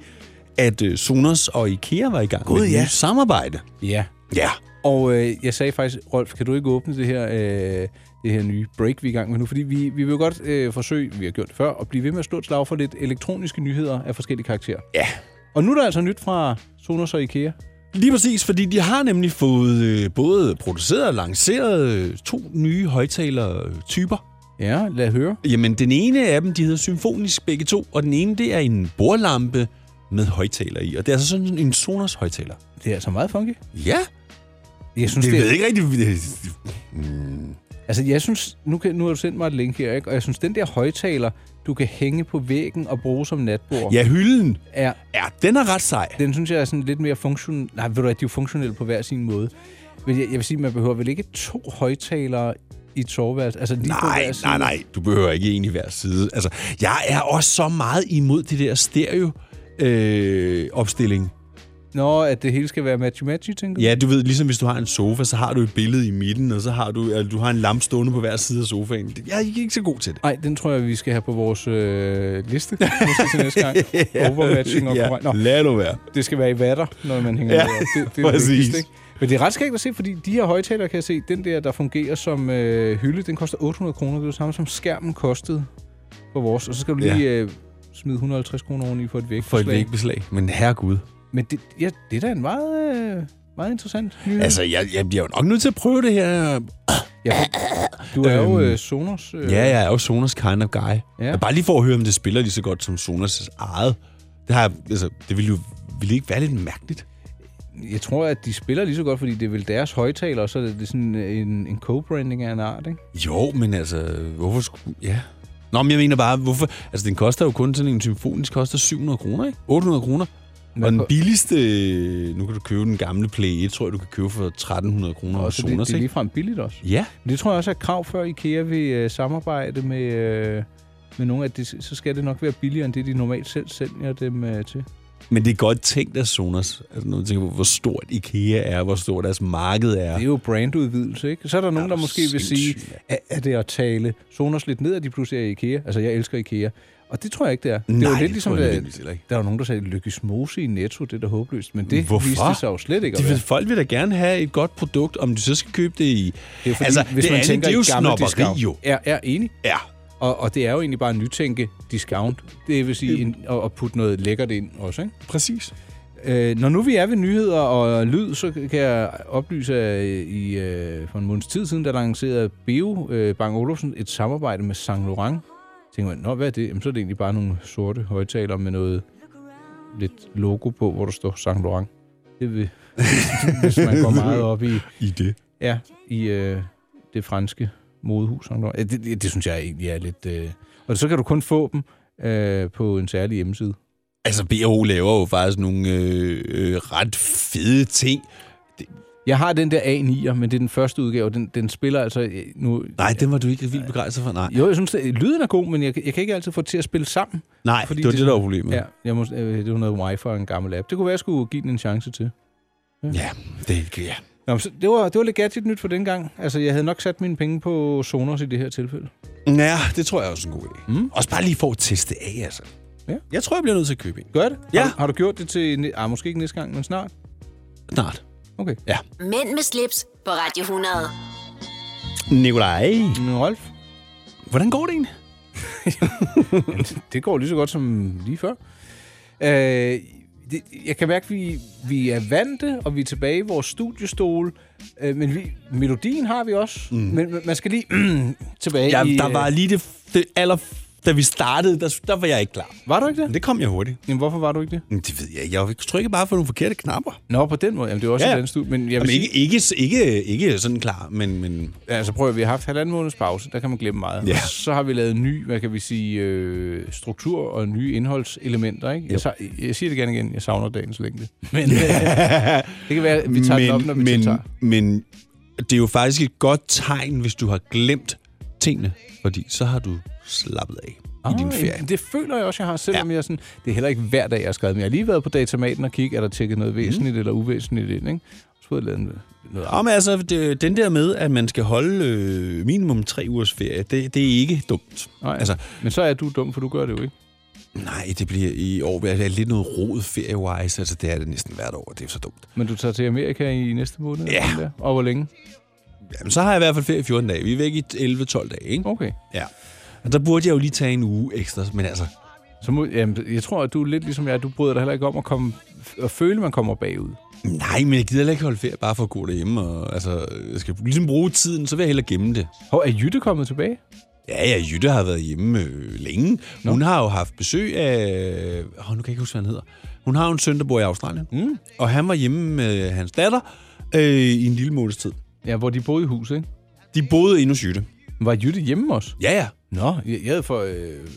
[SPEAKER 3] at øh, Sonos og IKEA var i gang
[SPEAKER 2] Gud,
[SPEAKER 3] med et
[SPEAKER 2] ja.
[SPEAKER 3] nyt samarbejde.
[SPEAKER 2] Ja.
[SPEAKER 3] Ja.
[SPEAKER 2] Og øh, jeg sagde faktisk, Rolf, kan du ikke åbne det her, øh, det her nye break, vi er i gang med nu? Fordi vi, vi vil jo godt øh, forsøge, vi har gjort det før, at blive ved med at slå et slag for lidt elektroniske nyheder af forskellige karakterer.
[SPEAKER 3] Ja.
[SPEAKER 2] Og nu er der altså nyt fra Sonos og Ikea.
[SPEAKER 3] Lige præcis, fordi de har nemlig fået øh, både produceret og lanceret øh, to nye højtalertyper.
[SPEAKER 2] Ja, lad høre.
[SPEAKER 3] Jamen, den ene af dem, de hedder symfonisk begge to, og den ene, det er en bordlampe med højtaler i. Og det er altså sådan en Sonos højtaler.
[SPEAKER 2] Det er altså meget funky.
[SPEAKER 3] Ja,
[SPEAKER 2] Jeg synes,
[SPEAKER 3] det,
[SPEAKER 2] det,
[SPEAKER 3] det
[SPEAKER 2] det
[SPEAKER 3] ved jeg ikke rigtigt.
[SPEAKER 2] Altså, jeg synes, nu, kan, nu har du sendt mig et link her, ikke? og jeg synes, den der højtaler, du kan hænge på væggen og bruge som natbord,
[SPEAKER 3] Ja, hylden.
[SPEAKER 2] er,
[SPEAKER 3] Ja, den er ret sej.
[SPEAKER 2] den synes jeg er sådan lidt mere funktion... Nej, ved du hvad, de er jo funktionelle på hver sin måde. Men jeg, jeg vil sige, man behøver vel ikke to højtalere i et soveværelse? Altså, lige på
[SPEAKER 3] Nej,
[SPEAKER 2] hver side.
[SPEAKER 3] nej, nej. Du behøver ikke en i hver side. Altså, jeg er også så meget imod det der stereo øh, opstilling.
[SPEAKER 2] Nå, at det hele skal være matchy-matchy, tænker du?
[SPEAKER 3] Ja, du ved, ligesom hvis du har en sofa, så har du et billede i midten, og så har du, eller du har en lampe stående på hver side af sofaen. Det- Jeg er ikke ikke så god til det.
[SPEAKER 2] Nej, den tror jeg, vi skal have på vores øh, liste, måske til næste gang. Overmatching og ja. Nå,
[SPEAKER 3] lad nu være.
[SPEAKER 2] det skal være i vatter, når man hænger
[SPEAKER 3] Ja,
[SPEAKER 2] ja, det, det er
[SPEAKER 3] præcis.
[SPEAKER 2] det vigtigste, ikke? Men det er ret skægt at se, fordi de her højtalere, kan jeg se, den der, der fungerer som øh, hylde, den koster 800 kroner. Det er det samme som skærmen kostede på vores. Og så skal du lige øh, smide 150 kroner oveni for et
[SPEAKER 3] For
[SPEAKER 2] vægtbeslag.
[SPEAKER 3] et vægbeslag. Men herregud.
[SPEAKER 2] Men det, ja, det er da en meget, øh, meget interessant nyhed.
[SPEAKER 3] Altså, jeg, jeg bliver jo nok nødt til at prøve det her.
[SPEAKER 2] Øh. ja, for- du er jo øh, Sonos. Øh,
[SPEAKER 3] øhm, Ja, jeg er jo Sonos kind of guy.
[SPEAKER 2] Ja.
[SPEAKER 3] Ja. Bare lige for at høre, om det spiller lige så godt som Sonos' eget. Det, har jeg, altså, det ville jo ville det ikke være lidt mærkeligt.
[SPEAKER 2] Jeg tror, at de spiller lige så godt, fordi det er vel deres højtaler, og så er det sådan en, en co-branding af en art, ikke?
[SPEAKER 3] Jo, men altså, hvorfor skulle... Ja. Nå, men jeg mener bare, hvorfor... Altså, den koster jo kun sådan en symfonisk, koster 700 kroner, ikke? 800 kroner.
[SPEAKER 2] Hvad
[SPEAKER 3] Og den
[SPEAKER 2] ko-
[SPEAKER 3] billigste... Nu kan du købe den gamle Play 1, tror jeg, du kan købe for 1300 kroner
[SPEAKER 2] Og
[SPEAKER 3] hos
[SPEAKER 2] så det,
[SPEAKER 3] Sonos,
[SPEAKER 2] det er
[SPEAKER 3] ikke?
[SPEAKER 2] ligefrem billigt også.
[SPEAKER 3] Ja.
[SPEAKER 2] Men det tror jeg også er et krav, før IKEA vil øh, samarbejde med, øh, med nogen, at det, så skal det nok være billigere, end det, de normalt selv sælger dem øh, til.
[SPEAKER 3] Men det er godt tænkt af Sonos. Altså, når man tænker på, hvor stort IKEA er, hvor stort deres marked er.
[SPEAKER 2] Det er jo brandudvidelse, ikke? Så er der nogen, der
[SPEAKER 3] du
[SPEAKER 2] måske vil sige,
[SPEAKER 3] sindssyg,
[SPEAKER 2] er, er det at tale Sonos lidt ned, at de pludselig er i IKEA? Altså, jeg elsker IKEA. Og det tror jeg ikke, det er. det er
[SPEAKER 3] Nej,
[SPEAKER 2] jo
[SPEAKER 3] det
[SPEAKER 2] lidt ligesom,
[SPEAKER 3] tror jeg
[SPEAKER 2] at-
[SPEAKER 3] nødvendigvis heller ikke.
[SPEAKER 2] der er jo nogen, der sagde, lykkesmose i Netto, det er da håbløst. Men det
[SPEAKER 3] Hvorfor?
[SPEAKER 2] viste sig jo slet ikke at
[SPEAKER 3] De
[SPEAKER 2] være.
[SPEAKER 3] vil, folk vil da gerne have et godt produkt, om de så skal købe det i... Altså,
[SPEAKER 2] Det er jo fordi, hvis
[SPEAKER 3] det
[SPEAKER 2] man
[SPEAKER 3] andet,
[SPEAKER 2] tænker
[SPEAKER 3] det er jo
[SPEAKER 2] i gammel
[SPEAKER 3] snobberi,
[SPEAKER 2] discount.
[SPEAKER 3] jo.
[SPEAKER 2] Ja, ja, enig.
[SPEAKER 3] Ja.
[SPEAKER 2] Og, og det er jo egentlig bare at nytænke discount. Det vil sige en, at, at putte noget lækkert ind også, ikke?
[SPEAKER 3] Præcis.
[SPEAKER 2] Øh, når nu vi er ved nyheder og lyd, så kan jeg oplyse, at i, øh, for en måneds tid siden, der lancerede Beo øh, Bang Olufsen et samarbejde med Saint Laurent. Tænker man, nå, hvad er det? Jamen, så er det egentlig bare nogle sorte højtalere med noget lidt logo på, hvor der står Saint Laurent. Det vil, hvis man går meget op i,
[SPEAKER 3] I det.
[SPEAKER 2] ja, i øh, det franske modehus. Saint Laurent. Ja, Det, det, det synes jeg egentlig er lidt... Øh, og så kan du kun få dem øh, på en særlig hjemmeside.
[SPEAKER 3] Altså, B&O laver jo faktisk nogle øh, øh, ret fede ting.
[SPEAKER 2] Jeg har den der A9'er, men det er den første udgave. Den, den spiller altså øh, nu...
[SPEAKER 3] Nej, den var du ikke vildt begejstret for. Nej,
[SPEAKER 2] Jo, jeg synes, at lyden er god, men jeg, jeg kan ikke altid få det til at spille sammen.
[SPEAKER 3] Nej
[SPEAKER 2] Fordi
[SPEAKER 3] det var
[SPEAKER 2] det-
[SPEAKER 3] det, der var problemet.
[SPEAKER 2] Ja, jeg må, øh, det var noget wifi og en gammel app. Det kunne være, at jeg skulle give den en chance til.
[SPEAKER 3] ja det, ja.
[SPEAKER 2] Nå, men så, det, var, det var lidt gadget nyt for den gang. Altså, jeg havde nok sat mine penge på Sonos i det her tilfælde.
[SPEAKER 3] Ja, det tror jeg også er en god idé. Mm. Også bare lige for at teste af, altså.
[SPEAKER 2] Ja.
[SPEAKER 3] Jeg tror, jeg bliver nødt til at købe en.
[SPEAKER 2] Gør det?
[SPEAKER 3] Ja.
[SPEAKER 2] Har, du- har du gjort det til... ne- Ah, måske ikke næste gang, men snart.
[SPEAKER 3] Snart.
[SPEAKER 2] Okay.
[SPEAKER 3] Ja.
[SPEAKER 1] Mænd med slips på Radio 100.
[SPEAKER 3] Nikolaj,
[SPEAKER 2] Men Rolf,
[SPEAKER 3] hvordan går det egentlig?
[SPEAKER 2] det går lige så godt som lige før. Øh, det, jeg kan mærke, at vi, vi er vante, og vi er tilbage i vores studiestol. Øh, men vi, melodien har vi også. Mm. Men man skal lige tilbage
[SPEAKER 3] Ja,
[SPEAKER 2] i...
[SPEAKER 3] der
[SPEAKER 2] øh,
[SPEAKER 3] var lige det, det aller... Da vi startede, der, der var jeg ikke klar.
[SPEAKER 2] Var du ikke
[SPEAKER 3] Men
[SPEAKER 2] det?
[SPEAKER 3] det kom jeg hurtigt.
[SPEAKER 2] Jamen, hvorfor var du ikke det?
[SPEAKER 3] Men det ved jeg ikke. Jeg trykker bare på nogle forkerte knapper.
[SPEAKER 2] Nå, på den måde. Jamen, det er også ja.
[SPEAKER 3] Ja.
[SPEAKER 2] den studie. Men jeg vil
[SPEAKER 3] Jamen,
[SPEAKER 2] sige,
[SPEAKER 3] ikke, ikke, ikke, ikke sådan klar, men, men
[SPEAKER 2] altså prøv at, vi har haft halvanden måneds pause, der kan man glemme meget.
[SPEAKER 3] Ja.
[SPEAKER 2] Og Så har vi lavet en ny, hvad kan vi sige, øh, struktur og nye indholdselementer, ikke? Jeg, sa- jeg siger det gerne igen, jeg savner dagens længde. Men øh, det kan være, at vi tager
[SPEAKER 3] men,
[SPEAKER 2] den op, når vi
[SPEAKER 3] men,
[SPEAKER 2] tager.
[SPEAKER 3] men det er jo faktisk et godt tegn, hvis du har glemt tingene, fordi så har du slappet af i din
[SPEAKER 2] Ah,
[SPEAKER 3] ferie.
[SPEAKER 2] jamen, Det føler jeg også, jeg har, selvom ja. jeg sådan...
[SPEAKER 3] Mhm.
[SPEAKER 2] Det er heller ikke hver dag, jeg har skrevet, men jeg har lige været på datamaten og kigge, er der tjekket noget væsentligt mm. eller uvæsentligt ind, ikke? Så fået lavet en- noget
[SPEAKER 3] Ja,
[SPEAKER 2] om.
[SPEAKER 3] men altså, det, den der med, at man skal holde øh, minimum tre ugers ferie, det, det er ikke dumt.
[SPEAKER 2] Nej,
[SPEAKER 3] Altså,
[SPEAKER 2] altså, men så er du dum, for du gør det jo ikke.
[SPEAKER 3] nej, det bliver i år det er lidt noget rodet feriewise. Altså, det er det næsten hvert år, og det er så dumt.
[SPEAKER 2] Men du tager til Amerika i næste måned? eller
[SPEAKER 3] Ja.
[SPEAKER 2] sådan Der. Og hvor længe?
[SPEAKER 3] Jamen, så har jeg i hvert fald ferie i 14 dage. Vi er væk i 11-12 dage, ikke?
[SPEAKER 2] Okay.
[SPEAKER 3] Ja. Og der burde jeg jo lige tage en uge ekstra, men altså...
[SPEAKER 2] Så må, jamen, jeg tror, at du er lidt ligesom jeg. Du bryder dig heller ikke om at, komme, at føle, at man kommer bagud.
[SPEAKER 3] Nej, men jeg gider heller ikke holde ferie bare for at gå derhjemme. Og, altså, jeg skal ligesom bruge tiden, så vil jeg hellere gemme det.
[SPEAKER 2] Hov, er Jytte kommet tilbage?
[SPEAKER 3] Ja, ja, Jytte har været hjemme øh, længe. Hun har jo haft besøg af... Åh, nu kan jeg ikke huske, hvad han hedder. Hun har jo en søn, der bor i Australien. Mm. Og han var hjemme med hans datter øh, i en lille måneds tid.
[SPEAKER 2] Ja, hvor de boede i hus, ikke?
[SPEAKER 3] De boede inde hos Jytte.
[SPEAKER 2] Var Jytte hjemme også?
[SPEAKER 3] Ja, ja.
[SPEAKER 2] Nå, jeg, jeg havde for, øh,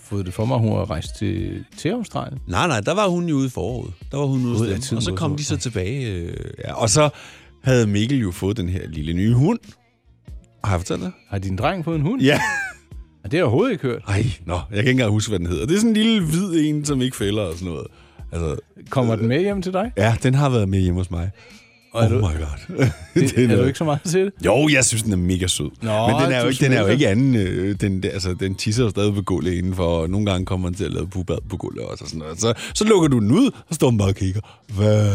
[SPEAKER 2] fået det for mig, at hun var rejst til, til Australien.
[SPEAKER 3] Nej, nej, der var hun jo ude i foråret. Der var hun ude
[SPEAKER 2] Ude af
[SPEAKER 3] hos dem,
[SPEAKER 2] tiden,
[SPEAKER 3] og så
[SPEAKER 2] ude
[SPEAKER 3] kom
[SPEAKER 2] for-
[SPEAKER 3] de så tilbage. Øh, ja. Og så havde Mikkel jo fået den her lille nye hund. Har jeg fortalt dig?
[SPEAKER 2] Har din dreng fået en hund?
[SPEAKER 3] Ja.
[SPEAKER 2] Og det har jeg overhovedet ikke hørt.
[SPEAKER 3] Ej, nå, jeg kan ikke engang huske, hvad den hedder. Det er sådan en lille hvid en, som ikke fælder og sådan noget. Altså,
[SPEAKER 2] Kommer den med hjem til dig?
[SPEAKER 3] ja, den har været med hjemme hos mig. Oh
[SPEAKER 2] er du-
[SPEAKER 3] my god.
[SPEAKER 2] Det,
[SPEAKER 3] Den
[SPEAKER 2] er du ikke så meget til det?
[SPEAKER 3] Jo, jeg synes, den er mega sød.
[SPEAKER 2] Nå,
[SPEAKER 3] Men den er jo
[SPEAKER 2] du
[SPEAKER 3] ikke, den er jo
[SPEAKER 2] smiler.
[SPEAKER 3] ikke anden. Øh, den, der- altså, den tisser jo stadig på gulvet indenfor, og nogle gange kommer den til at lave pubad på gulvet også. Og sådan noget. Så, så lukker du den ud, og står den bare og kigger. Hvad?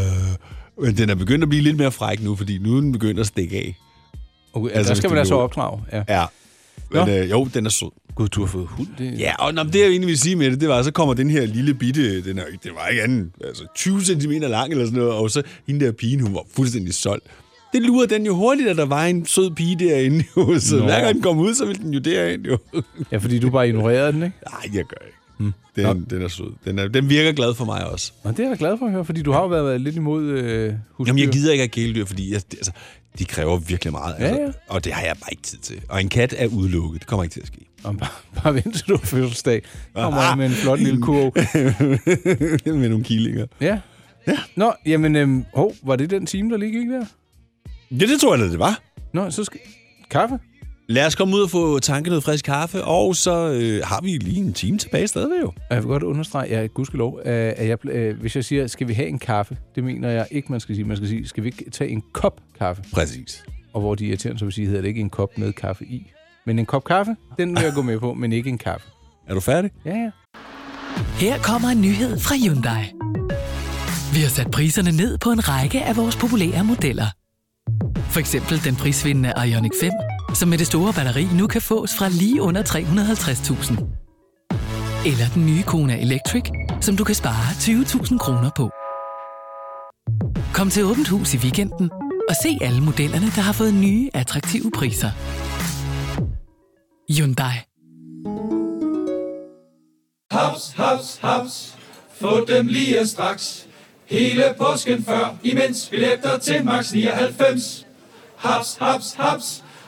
[SPEAKER 3] Men den er begyndt at blive lidt mere fræk nu, fordi nu er den begyndt at stikke af.
[SPEAKER 2] Okay, altså,
[SPEAKER 3] Altså,
[SPEAKER 2] der
[SPEAKER 3] hvis
[SPEAKER 2] skal
[SPEAKER 3] du
[SPEAKER 2] man altså
[SPEAKER 3] gjorde-
[SPEAKER 2] opdrage. Ja.
[SPEAKER 3] Ja.
[SPEAKER 2] Nå.
[SPEAKER 3] Men, øh, jo, den er sød.
[SPEAKER 2] Gud, du har fået hund. Det...
[SPEAKER 3] Ja, og nå, men det jeg egentlig ville sige med det, det var, så kommer den her lille bitte, den, er, jo ikke- den var ikke anden, altså 20 cm lang eller sådan noget, og så hende der pigen, hun var fuldstændig solgt. Det lurer den jo hurtigt, at der var en sød pige derinde, jo, så
[SPEAKER 2] Nå.
[SPEAKER 3] hver gang den kom ud, så ville den jo derind, jo.
[SPEAKER 2] ja, fordi du bare ignorerede den, ikke?
[SPEAKER 3] Nej, jeg gør ikke. Hmm. Den, den er sød. Den, er, den virker glad for mig også.
[SPEAKER 2] Og det er jeg da glad for at høre, fordi du har jo været, været lidt imod øh, husdyr.
[SPEAKER 3] Jamen, jeg gider ikke have kæledyr, fordi jeg, det- altså, de kræver virkelig meget.
[SPEAKER 2] Ja,
[SPEAKER 3] Altså, og det har jeg bare ikke tid til. Og en kat er udelukket. Det kommer ikke til at ske.
[SPEAKER 2] Om, bare, bare vent til du har fødselsdag. Kommer
[SPEAKER 3] Ah.
[SPEAKER 2] jeg med en flot lille kurv.
[SPEAKER 3] Med nogle killinger.
[SPEAKER 2] Ja. ja. Nå, jamen, øhm, hov, var det den time, der lige gik der?
[SPEAKER 3] Ja, det tror jeg da, det var.
[SPEAKER 2] Nå, så skal... Kaffe?
[SPEAKER 3] Lad os komme ud og få tanket noget frisk kaffe, og så øh, har vi lige en time tilbage stadigvæk jo.
[SPEAKER 2] Og Jeg vil godt understrege, ja, gudskelov, øh, at jeg, øh, hvis jeg siger, skal vi have en kaffe, det mener jeg ikke, man skal sige. Man skal sige, skal vi ikke tage en kop kaffe?
[SPEAKER 3] Præcis.
[SPEAKER 2] Og hvor de irriterende, så vil sige, hedder det ikke en kop med kaffe i. Men en kop kaffe, den vil jeg gå med på, men ikke en kaffe.
[SPEAKER 3] Er du færdig?
[SPEAKER 2] Ja, ja.
[SPEAKER 8] Her kommer en nyhed fra Hyundai. Vi har sat priserne ned på en række af vores populære modeller. For eksempel den prisvindende Ioniq 5, som med det store batteri nu kan fås fra lige under 350.000. Eller den nye Kona Electric, som du kan spare 20.000 kroner på. Kom til Åbent Hus i weekenden og se alle modellerne, der har fået nye, attraktive priser. Hyundai.
[SPEAKER 9] Haps, haps, haps. Få dem lige straks. Hele påsken før, imens billetter til max 99. Haps, haps, haps.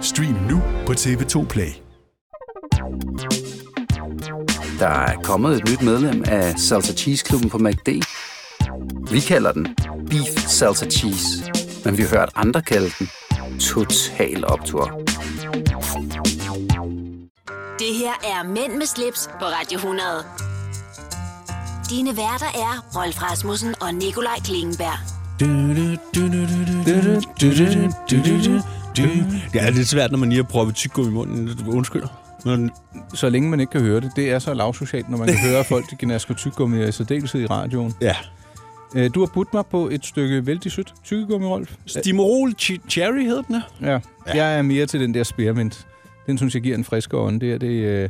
[SPEAKER 5] Stream nu på TV2 Play.
[SPEAKER 10] Der er kommet et nyt medlem af Salsa Cheese Klubben på MACD. Vi kalder den Beef Salsa Cheese. Men vi har hørt andre kalde den Total Optor.
[SPEAKER 1] Det her er Mænd med slips på Radio 100. Dine værter er Rolf Rasmussen og Nikolaj Klingenberg.
[SPEAKER 3] Ja, det er lidt svært, når man lige har proppet tyggegummi i munden. Undskyld. Men,
[SPEAKER 2] Så længe man ikke kan høre det, det er så lavsocialt, når man kan høre at folk, de gnasker tyggegummi, og i særdeleshed i radioen.
[SPEAKER 3] ja.
[SPEAKER 2] Øh, Du har budt mig på et stykke vældig sødt tyggegummi, Rolf.
[SPEAKER 3] Stimorol Ch- Cherry hed den, ja.
[SPEAKER 2] Ja. Jeg er mere til den der spearmint. Den synes jeg giver en friskere ånd. Det, her, det, øh,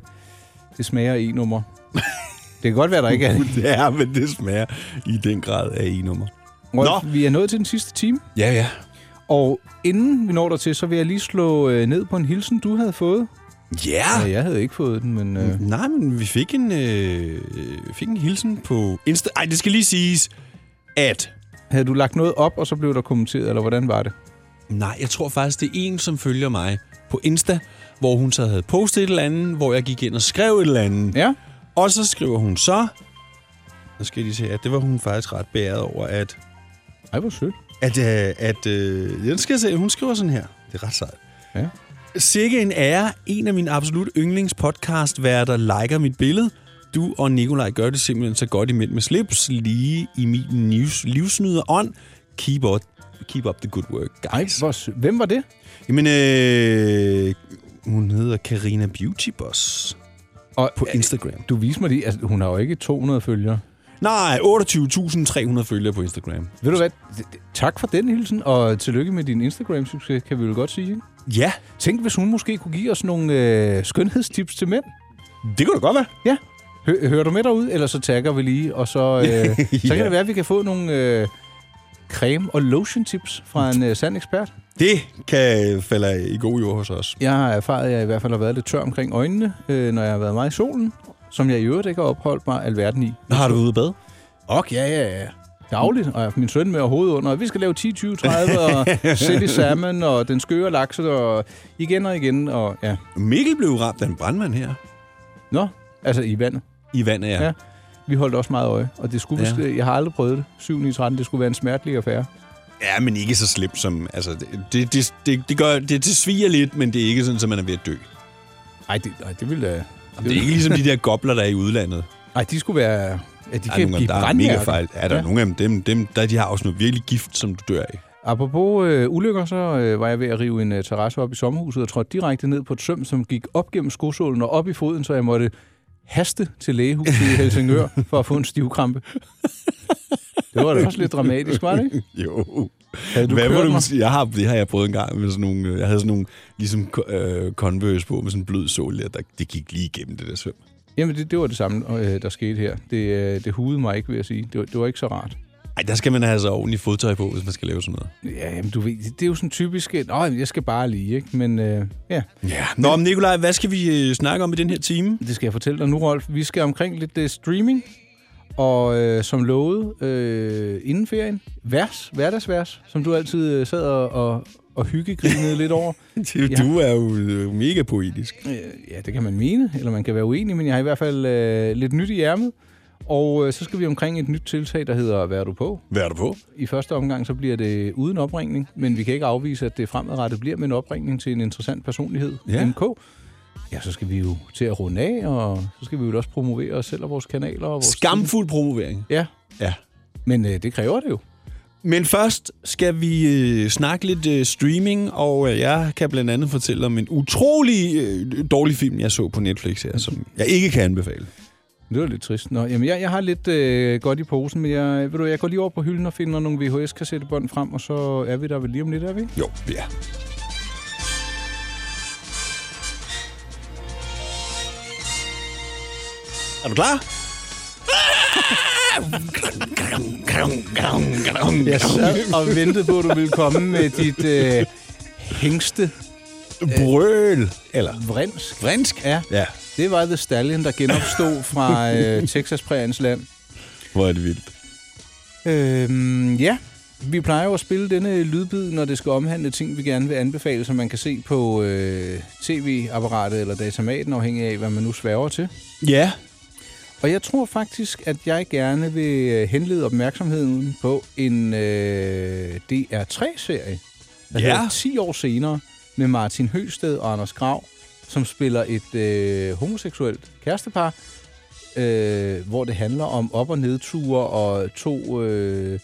[SPEAKER 2] det smager i nummer. det kan godt være, der ikke er det.
[SPEAKER 3] Ja, men det smager i den grad af i-nummer.
[SPEAKER 2] Rolf,
[SPEAKER 3] Nå.
[SPEAKER 2] vi er nået til den sidste time.
[SPEAKER 3] Ja, ja.
[SPEAKER 2] Og inden vi når dertil, så vil jeg lige slå øh, ned på en hilsen, du havde fået.
[SPEAKER 3] Ja!
[SPEAKER 2] Ja, jeg havde ikke fået den, men... Øh,
[SPEAKER 3] Nej, men vi fik en, øh, øh, fik en hilsen på Insta... Ej, det skal lige siges, at
[SPEAKER 2] havde du lagt noget op, og så blev der kommenteret, eller hvordan var det?
[SPEAKER 3] Nej, jeg tror faktisk, det er en, som følger mig på Insta, hvor hun så havde postet et eller andet, hvor jeg gik ind og skrev et eller andet.
[SPEAKER 2] Ja.
[SPEAKER 3] Og så skriver hun så... Nu skal jeg lige se, at det var hun faktisk ret beæret over, at...
[SPEAKER 2] Ej, hvor sødt.
[SPEAKER 3] At, øh, at øh, den skal jeg se, hun skriver sådan her. Det er ret sejt.
[SPEAKER 2] Ja.
[SPEAKER 3] Sikke en ære. En af mine absolut yndlingspodcast-værter liker mit billede. Du og Nikolaj gør det simpelthen så godt imellem med slips, lige i min livs, livsnyder ånd. Keep up, keep up the good work, guys.
[SPEAKER 2] Ej, hvor Hvem var det?
[SPEAKER 3] Jamen, øh, hun hedder Karina Beauty Boss
[SPEAKER 2] og,
[SPEAKER 3] på Instagram.
[SPEAKER 2] Du viser mig lige, altså, hun har jo ikke 200 følgere.
[SPEAKER 3] Nej, 28.300 følgere på Instagram.
[SPEAKER 2] Ved du hvad? D- d- Tak for den hilsen, og tillykke med din Instagram-succes, kan vi vel godt sige. Ikke?
[SPEAKER 3] Ja,
[SPEAKER 2] Tænk, hvis hun måske kunne give os nogle øh, skønhedstips til mænd.
[SPEAKER 3] det kunne da godt være.
[SPEAKER 2] Ja. Hø- hører du med derude, eller så tagger vi lige, og så, øh, ja. så
[SPEAKER 3] Ja.
[SPEAKER 2] kan det være, at vi kan få nogle øh, creme- og lotion-tips fra en øh, sand ekspert.
[SPEAKER 3] Det kan falde i god jord hos os.
[SPEAKER 2] Jeg har erfaret, at jeg i hvert fald har været lidt tør omkring øjnene, øh, når jeg har været meget i solen, som jeg i øvrigt ikke har opholdt mig alverden i.
[SPEAKER 3] Har du ude at bade?
[SPEAKER 2] Ok, ja, ja, ja. Dagligt, og jeg har haft min søn med overhovedet under, og vi skal lave 10, 20, 30, og Silly Salmon, og den skøre lakse, og igen og igen, og ja.
[SPEAKER 3] Mikkel blev ramt af en brandmand her
[SPEAKER 2] Nå, altså i vandet.
[SPEAKER 3] i vandet. Ja.
[SPEAKER 2] Ja. Vi holdt også meget øje, og det skulle,
[SPEAKER 3] Ja.
[SPEAKER 2] ja. jeg har aldrig prøvet det. 7 i 13, det skulle være en smertelig affære.
[SPEAKER 3] ja, men ikke så slemt som... Altså, det, det, det, det, det, gør, det, det sviger lidt, men det er ikke sådan, at man er ved at dø.
[SPEAKER 2] Nej, det, ej, det ville da...
[SPEAKER 3] Det er ikke ligesom de der gobler, der er i udlandet.
[SPEAKER 2] Nej, de skulle være... Ja, de
[SPEAKER 3] Der er,
[SPEAKER 2] kan
[SPEAKER 3] nogle af dem,
[SPEAKER 2] blive
[SPEAKER 3] der er mega
[SPEAKER 2] brandmærker.
[SPEAKER 3] fejl. Er der ja.
[SPEAKER 2] Ja.
[SPEAKER 3] nogle af dem, dem, dem der, de har også noget virkelig gift, som du dør af?
[SPEAKER 2] Apropos øh, ulykker, så øh, var jeg ved at rive en øh, terrasse op i sommerhuset og trådte direkte ned på et søm, som gik op gennem skosålen og op i foden, så jeg måtte haste til lægehuset i Helsingør for at få en stivkrampe. Det var da også lidt dramatisk, var det ikke?
[SPEAKER 3] Jo.
[SPEAKER 2] Havde du
[SPEAKER 3] Hvad
[SPEAKER 2] kørt
[SPEAKER 3] var
[SPEAKER 2] mig?
[SPEAKER 3] det, du, jeg har, det har jeg prøvet en gang med sådan nogle, øh, jeg havde sådan nogle ligesom øh, Converse på med sådan en blød sol der, der, det gik lige igennem det der svøm.
[SPEAKER 2] Jamen, det, det var det samme, øh, der skete her. Det, øh, det hudede mig ikke, vil jeg sige. Det var, det var ikke så rart.
[SPEAKER 3] Ej, der skal man have så ordentligt fodtøj på, hvis man skal lave sådan noget.
[SPEAKER 2] Ja, jamen, du ved, det, det er jo sådan typisk, at "Nå, jeg skal bare lige, ikke? Men øh, ja,
[SPEAKER 3] Ja. Nå, men Nikolaj, hvad skal vi øh, snakke om i den her time?
[SPEAKER 2] Det skal jeg fortælle dig nu, Rolf. Vi skal omkring lidt uh, streaming, og øh, som lovet øh, inden ferien, vers, hverdagsvers, som du altid øh, sad og, og, og hyggegrinede lidt over.
[SPEAKER 3] Ja. Du er jo øh, mega poetisk.
[SPEAKER 2] Øh, ja, det kan man mene, eller man kan være uenig, men jeg har i hvert fald øh, lidt nyt i ærmet. Og øh, så skal vi omkring et nyt tiltag, der hedder Hvad er du på?
[SPEAKER 3] Hvad er du på?
[SPEAKER 2] I første omgang så bliver det uden opringning, men vi kan ikke afvise, at det fremadrettet bliver med en opringning til en interessant personlighed,
[SPEAKER 3] Ja.
[SPEAKER 2] ja. MK. Ja, så skal vi jo til at runde af, og så skal vi jo også promovere os selv og vores kanaler. Og vores
[SPEAKER 3] Skamfuld promovering.
[SPEAKER 2] Ja,
[SPEAKER 3] Ja.
[SPEAKER 2] men øh, det kræver det jo.
[SPEAKER 3] Men først skal vi øh, snakke lidt øh, streaming, og øh, jeg kan blandt andet fortælle om en utrolig øh, dårlig film, jeg så på Netflix her, som jeg ikke kan anbefale.
[SPEAKER 2] Det var lidt trist. Nå, jamen, jeg, jeg har lidt øh, godt i posen, men jeg, ved du, jeg går lige over på hylden og finder nogle VHS-kassettebånd frem, og så er vi der vel lige om lidt, er vi? ikke?
[SPEAKER 3] Jo, ja. Er du klar?
[SPEAKER 2] Jeg sad og ventede på, at du ville komme med dit øh, hængste
[SPEAKER 3] Øh. Brøl. Eller
[SPEAKER 2] vrinsk.
[SPEAKER 3] fransk.
[SPEAKER 2] Ja,
[SPEAKER 3] Ja,
[SPEAKER 2] det var The Stallion, der genopstod fra øh, Texas præriens land.
[SPEAKER 3] hvor er det vildt.
[SPEAKER 2] Øhm, ja, vi plejer jo at spille denne lydbid, når det skal omhandle ting, vi gerne vil anbefale, som man kan se på øh, tv-apparatet eller datamaten, afhængig af, hvad man nu sværger til.
[SPEAKER 3] Ja.
[SPEAKER 2] Og jeg tror faktisk, at jeg gerne vil øh, henlede opmærksomheden på en øh, DR3-serie, der
[SPEAKER 3] Ja.
[SPEAKER 2] hedder 10 år senere, med Martin Høsted og Anders Grav, som spiller et øh, homoseksuelt kærestepar, øh, hvor det handler om op- og nedture og to øh,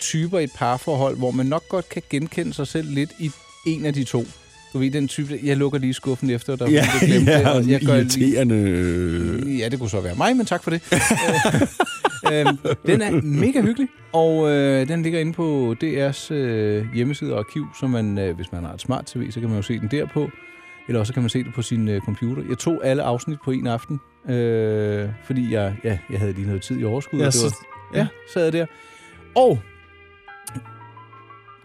[SPEAKER 2] typer i et parforhold, hvor man nok godt kan genkende sig selv lidt i en af de to. Du ved, den type, jeg lukker lige skuffen efter dig,
[SPEAKER 3] Ja,
[SPEAKER 2] fordi du glemte det,
[SPEAKER 3] ja,
[SPEAKER 2] og
[SPEAKER 3] og
[SPEAKER 2] jeg gør lige-
[SPEAKER 3] irriterende... øh,
[SPEAKER 2] Ja, det kunne så være mig, men tak for det. Øh, øhm, den er mega hyggelig, og øh, den ligger inde på DR's øh, hjemmeside og arkiv, så man, øh, hvis man har et smart tv, så kan man jo se den derpå. Eller også kan man se det på sin øh, computer. Jeg tog alle afsnit på en aften, øh, fordi jeg, ja, jeg havde lige noget tid i overskud.
[SPEAKER 3] Ja,
[SPEAKER 2] og det
[SPEAKER 3] så-
[SPEAKER 2] var, ja, sad jeg der. Og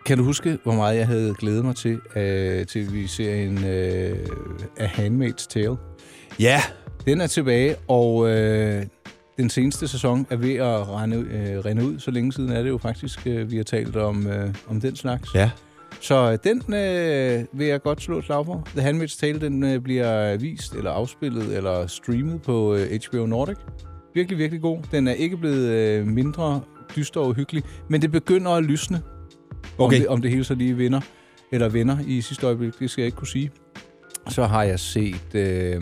[SPEAKER 2] kan du huske, hvor meget jeg havde glædet mig til, øh, til vi ser en øh, A Handmaid's Tale?
[SPEAKER 3] Ja,
[SPEAKER 2] Den er tilbage, og øh, den seneste sæson er ved at rende, øh, rende ud. Så længe siden er det jo faktisk, øh, vi har talt om, øh, om den slags.
[SPEAKER 3] ja.
[SPEAKER 2] Så den øh, vil jeg godt slå et slag for. The Handmaid's Tale, den øh, bliver vist, eller afspillet, eller streamet på øh, HBO Nordic. Virkelig, virkelig god. Den er ikke blevet øh, mindre dyster og hyggelig, men det begynder at lysne. Om,
[SPEAKER 3] Okay.
[SPEAKER 2] det, om det hele så lige vinder, eller vinder i sidste øjeblik, det skal jeg ikke kunne sige. Så har jeg set... Øh,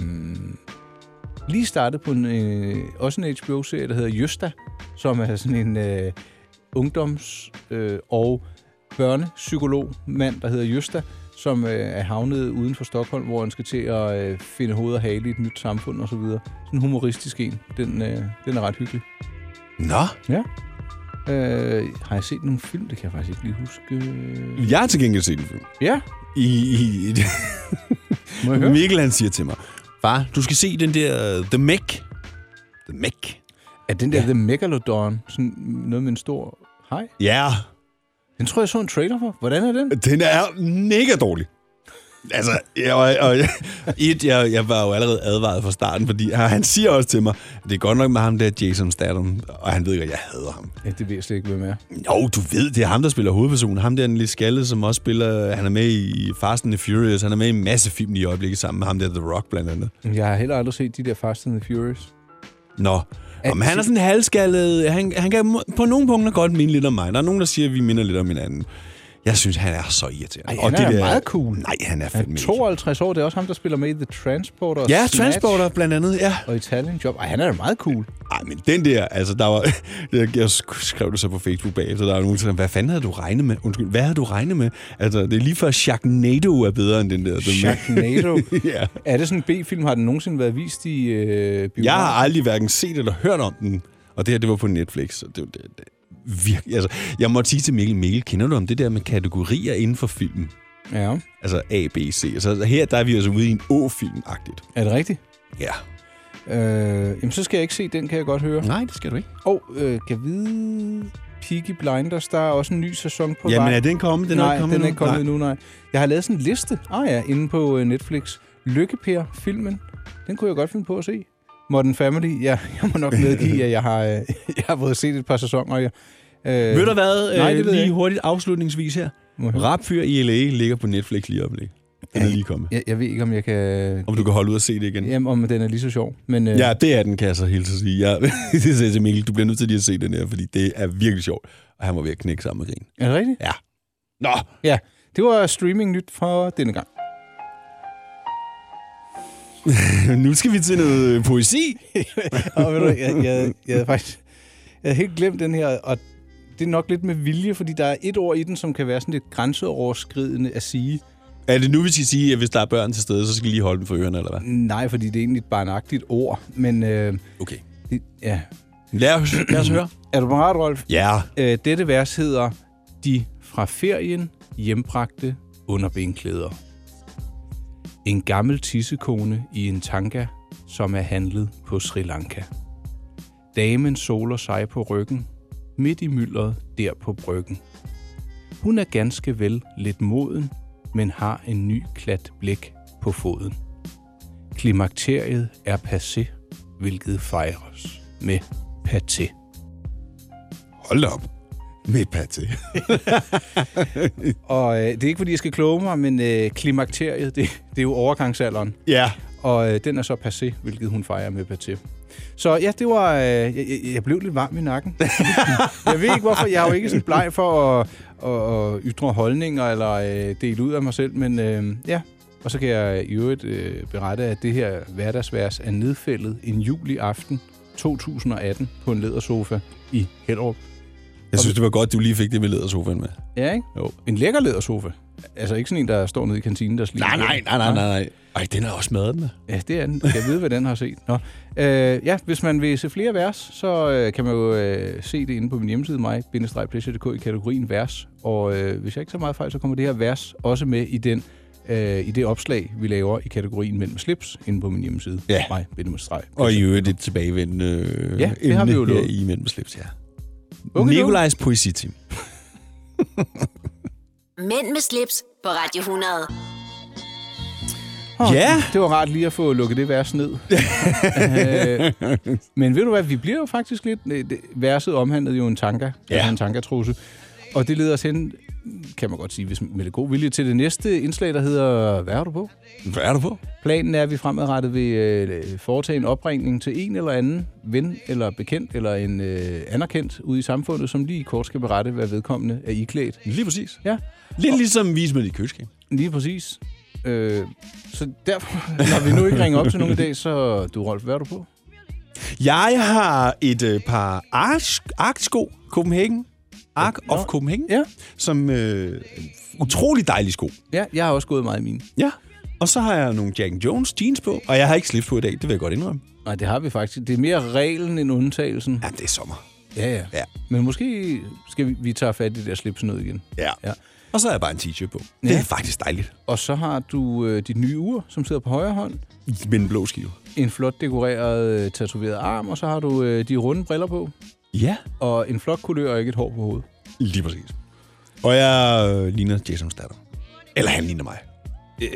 [SPEAKER 2] lige startet på en, øh, også en HBO-serie, der hedder Jøsta, som er sådan en øh, ungdoms- øh, og børnepsykolog-mand, der hedder Jøsta, som øh, er havnet uden for Stockholm, hvor han skal til at øh, finde hoved og hale i et nyt samfund osv. Så videre. Sådan en humoristisk en. Den, øh, den er ret hyggelig.
[SPEAKER 3] Nå.
[SPEAKER 2] Ja. Øh, har jeg set nogle film? Det kan jeg faktisk ikke lige huske. Øh,
[SPEAKER 3] Jeg har til gengæld set en film.
[SPEAKER 2] Ja.
[SPEAKER 3] I, i, i
[SPEAKER 2] Må jeg høre?
[SPEAKER 3] Mikkel han siger til mig, far, du skal se den der øh, The Mech. The Mech.
[SPEAKER 2] Er den der ja. The Megalodon sådan noget med en stor hej?
[SPEAKER 3] Ja.
[SPEAKER 2] Den tror jeg så en trailer for. Hvordan er den?
[SPEAKER 3] Den er mega dårlig. Altså, jeg, var, og jeg, et, jeg, jeg var jo allerede advaret fra starten, fordi han siger også til mig, at det er godt nok med ham der Jason Statham, og han ved ikke, at jeg hader ham.
[SPEAKER 2] Ja, det ved jeg slet ikke, hvem er.
[SPEAKER 3] Jo, du ved, det er ham, der spiller hovedpersonen. Ham der, den lidt skalle, som også spiller... Han er med i Fast and the Furious. Han er med i en masse film i øjeblikket sammen med ham der The Rock, blandt andet.
[SPEAKER 2] Jeg har heller aldrig set de der Fast and the Furious.
[SPEAKER 3] Nå, Om han er sådan halvskaldet. Han, han kan må- på nogle punkter godt minde lidt om mig. Der er nogen, der siger, at vi minder lidt om hinanden. Jeg synes, han er så irriterende.
[SPEAKER 2] Ej, han er
[SPEAKER 3] der-
[SPEAKER 2] meget cool.
[SPEAKER 3] Nej, han er
[SPEAKER 2] Han
[SPEAKER 3] fandme
[SPEAKER 2] er
[SPEAKER 3] ikke.
[SPEAKER 2] 52 år, det er også ham, der spiller med i The Transporter. og
[SPEAKER 3] Ja,
[SPEAKER 2] Snatch
[SPEAKER 3] Transporter blandt andet, ja.
[SPEAKER 2] Og Italian Job. Ej, han er da meget cool.
[SPEAKER 3] Ej, men den der, altså der var... Jeg, jeg sk- skrev det så på Facebook bagefter, der var nogen, der sagde, hvad fanden havde du regnet med? Undskyld, hvad havde du regnet med? Altså, det er lige før Sharknado er bedre end den der. The Meg.
[SPEAKER 2] Sharknado.
[SPEAKER 3] ja.
[SPEAKER 2] Er det sådan en B-film? Har den nogensinde været vist i øh, biografen?
[SPEAKER 3] Jeg har aldrig hverken set eller hørt om den, og det her, det var på Netflix. Så det, det, det, virkelig, altså, jeg må sige til Mikkel, Mikkel, kender du om det der med kategorier inden for filmen?
[SPEAKER 2] Ja.
[SPEAKER 3] Altså A, B, C. Altså, her der er vi altså ude i en Å-film-agtigt.
[SPEAKER 2] Er det rigtigt?
[SPEAKER 3] Ja.
[SPEAKER 2] Øh, jamen, så skal jeg ikke se den, kan jeg godt høre.
[SPEAKER 3] Nej, det skal du ikke.
[SPEAKER 2] Og øh, kan vide... Peaky Blinders, der er også en ny sæson på
[SPEAKER 3] Jamen,
[SPEAKER 2] vej.
[SPEAKER 3] er den kommet? Den er
[SPEAKER 2] nej,
[SPEAKER 3] ikke kommet
[SPEAKER 2] den
[SPEAKER 3] endnu.
[SPEAKER 2] er ikke kommet
[SPEAKER 3] Nej.
[SPEAKER 2] endnu, nej. Jeg har lavet sådan en liste, ah ja, inde på øh, Netflix. Lykkeper, filmen, den kunne jeg godt finde på at se. Modern Family, ja, jeg må nok medgive, at jeg har, øh, jeg har fået set et par sæsoner. og Jeg, øh,
[SPEAKER 3] Øh, Ved du hvad,
[SPEAKER 2] nej, det ved jeg
[SPEAKER 3] lige
[SPEAKER 2] ikke.
[SPEAKER 3] hurtigt afslutningsvis her.
[SPEAKER 2] Må jeg høre?
[SPEAKER 3] Rapfyr i L.A. ligger på Netflix lige om lidt. Den er lige kommet.
[SPEAKER 2] Jeg, jeg ved ikke, om jeg kan...
[SPEAKER 3] Om du kan holde ud og se det igen.
[SPEAKER 2] Jamen, om den er lige så sjov. Men øh,
[SPEAKER 3] Ja, det er den, kan jeg så helt så sige. Jeg, det sagde jeg til Mikkel, du bliver nødt til lige at se den her, fordi det er virkelig sjovt. Og han var ved at knække sammen med grin.
[SPEAKER 2] er det rigtigt?
[SPEAKER 3] Ja. Nå,
[SPEAKER 2] Ja, det var streaming nyt for denne gang.
[SPEAKER 3] nu skal vi til noget øh, poesi.
[SPEAKER 2] og ved du, jeg, jeg, jeg havde faktisk jeg havde helt glemt den her, og det er nok lidt med vilje, fordi der er et ord i den, som kan være sådan lidt grænseoverskridende at sige.
[SPEAKER 3] Er det nu, vi skal sige, at hvis der er børn til stede, så skal I lige holde dem for ørerne, eller hvad?
[SPEAKER 2] Nej, fordi det er egentlig et barnagtigt ord, men øh,
[SPEAKER 3] Okay.
[SPEAKER 2] det, ja.
[SPEAKER 3] Lad os, lad os høre.
[SPEAKER 2] Er du parat, Rolf?
[SPEAKER 3] Ja.
[SPEAKER 2] Øh, dette vers hedder De fra ferien hjembragte underbenklæder. En gammel tissekone i en tanka, som er handlet på Sri Lanka. Damen soler sig på ryggen, midt i myldret der på bryggen. Hun er ganske vel lidt moden, men har en ny klat blik på foden. Klimakteriet er passé, hvilket fejres med paté.
[SPEAKER 3] Hold da op. Med paté.
[SPEAKER 2] Og øh, det er ikke, fordi jeg skal kloge mig, men øh, klimakteriet, det, det er jo overgangsalderen.
[SPEAKER 3] Ja.
[SPEAKER 2] Og øh, den er så passé, hvilket hun fejrer med paté. Så ja, det var... Øh, jeg, jeg- jeg blev lidt varm i nakken. jeg ved ikke, hvorfor. Jeg er jo ikke sådan bleg for at, at, at ytre holdninger eller øh, dele ud af mig selv, men øh, ja. Og så kan jeg i øvrigt øh, berette, at det her hverdagsvers er nedfældet en juliaften 2018 på en lædersofa i Hellerup.
[SPEAKER 3] Jeg synes, det var godt, du lige fik det med ledersofaen med.
[SPEAKER 2] Ja, ikke?
[SPEAKER 3] Jo.
[SPEAKER 2] En lækker lædersofa. Altså ikke sådan en, der står nede i kantinen, der slider.
[SPEAKER 3] Nej, nej, nej, nej, nej. nej. Ej, den er også maden med.
[SPEAKER 2] Ja, det er den. Jeg ved, hvad den har set. Nå. Øh, ja, hvis man vil se flere vers, så øh, kan man jo øh, se det inde på min hjemmeside, mig i kategorien vers. Og øh, hvis jeg ikke så meget fejl, så kommer det her vers også med i den øh, i det opslag, vi laver i kategorien Mænd med slips, inde på min hjemmeside,
[SPEAKER 3] Ja.
[SPEAKER 2] mig
[SPEAKER 3] Og i øvrigt et tilbagevendende øh,
[SPEAKER 2] Ja, det har vi
[SPEAKER 3] emne
[SPEAKER 2] jo
[SPEAKER 3] her
[SPEAKER 2] lovet.
[SPEAKER 3] i Mænd med slips, ja.
[SPEAKER 2] Okay,
[SPEAKER 3] Okay, Nikolajs poesiteam.
[SPEAKER 1] Mænd med slips på Radio 100.
[SPEAKER 2] Åh,
[SPEAKER 3] Ja.
[SPEAKER 2] Det var rart lige at få lukket det vers ned. øh, men ved du hvad, vi bliver jo faktisk lidt... øh, det- Verset omhandlede jo en tanka,
[SPEAKER 3] Ja.
[SPEAKER 2] ja. en tankatrusse. Og det leder os hen kan man godt sige, hvis med det gode vilje til det næste indslag, der hedder Hvad er du på?
[SPEAKER 3] Hvad er du på?
[SPEAKER 2] Planen er, at vi fremadrettet vil øh, foretage en opringning til en eller anden ven eller bekendt eller en øh, anerkendt ude i samfundet, som lige kort skal berette, hvad vedkommende er iklædt.
[SPEAKER 3] Lige præcis.
[SPEAKER 2] Ja.
[SPEAKER 3] Lidt ligesom vis med i køleskab.
[SPEAKER 2] Lige præcis. Øh, så derfor, når vi nu ikke ringer op til nogen i dag, så du, Rolf, hvad er du på?
[SPEAKER 3] Jeg har et øh, par Ark- Ark-sko, Copenhagen. Ark of Copenhagen.
[SPEAKER 2] Ja.
[SPEAKER 3] Som øh, utrolig dejlige sko.
[SPEAKER 2] Ja, jeg har også gået meget i mine.
[SPEAKER 3] Ja. Og så har jeg nogle Jack Jones jeans på, og jeg har ikke slips på i dag, det vil jeg godt indrømme.
[SPEAKER 2] Nej, det har vi faktisk. Det er mere reglen end undtagelsen.
[SPEAKER 3] Ja, det er sommer.
[SPEAKER 2] Ja, ja.
[SPEAKER 3] Ja.
[SPEAKER 2] Men måske skal vi, vi tage fat i det der slipsen ud igen.
[SPEAKER 3] Ja.
[SPEAKER 2] Ja.
[SPEAKER 3] Og så har jeg bare en t-shirt på.
[SPEAKER 2] Ja.
[SPEAKER 3] Ja. Det er faktisk dejligt.
[SPEAKER 2] Og så har du øh, dit nye ur, som sidder på højre hånd.
[SPEAKER 3] Med en blå skive.
[SPEAKER 2] En flot dekoreret, øh, tatoveret arm, og så har du øh, de runde briller på.
[SPEAKER 3] Ja,
[SPEAKER 2] Og en flot kulør og ikke et hår på hovedet.
[SPEAKER 3] lige præcis. Og jeg øh, ligner Jason Statham. Eller han ligner mig.
[SPEAKER 2] Øh,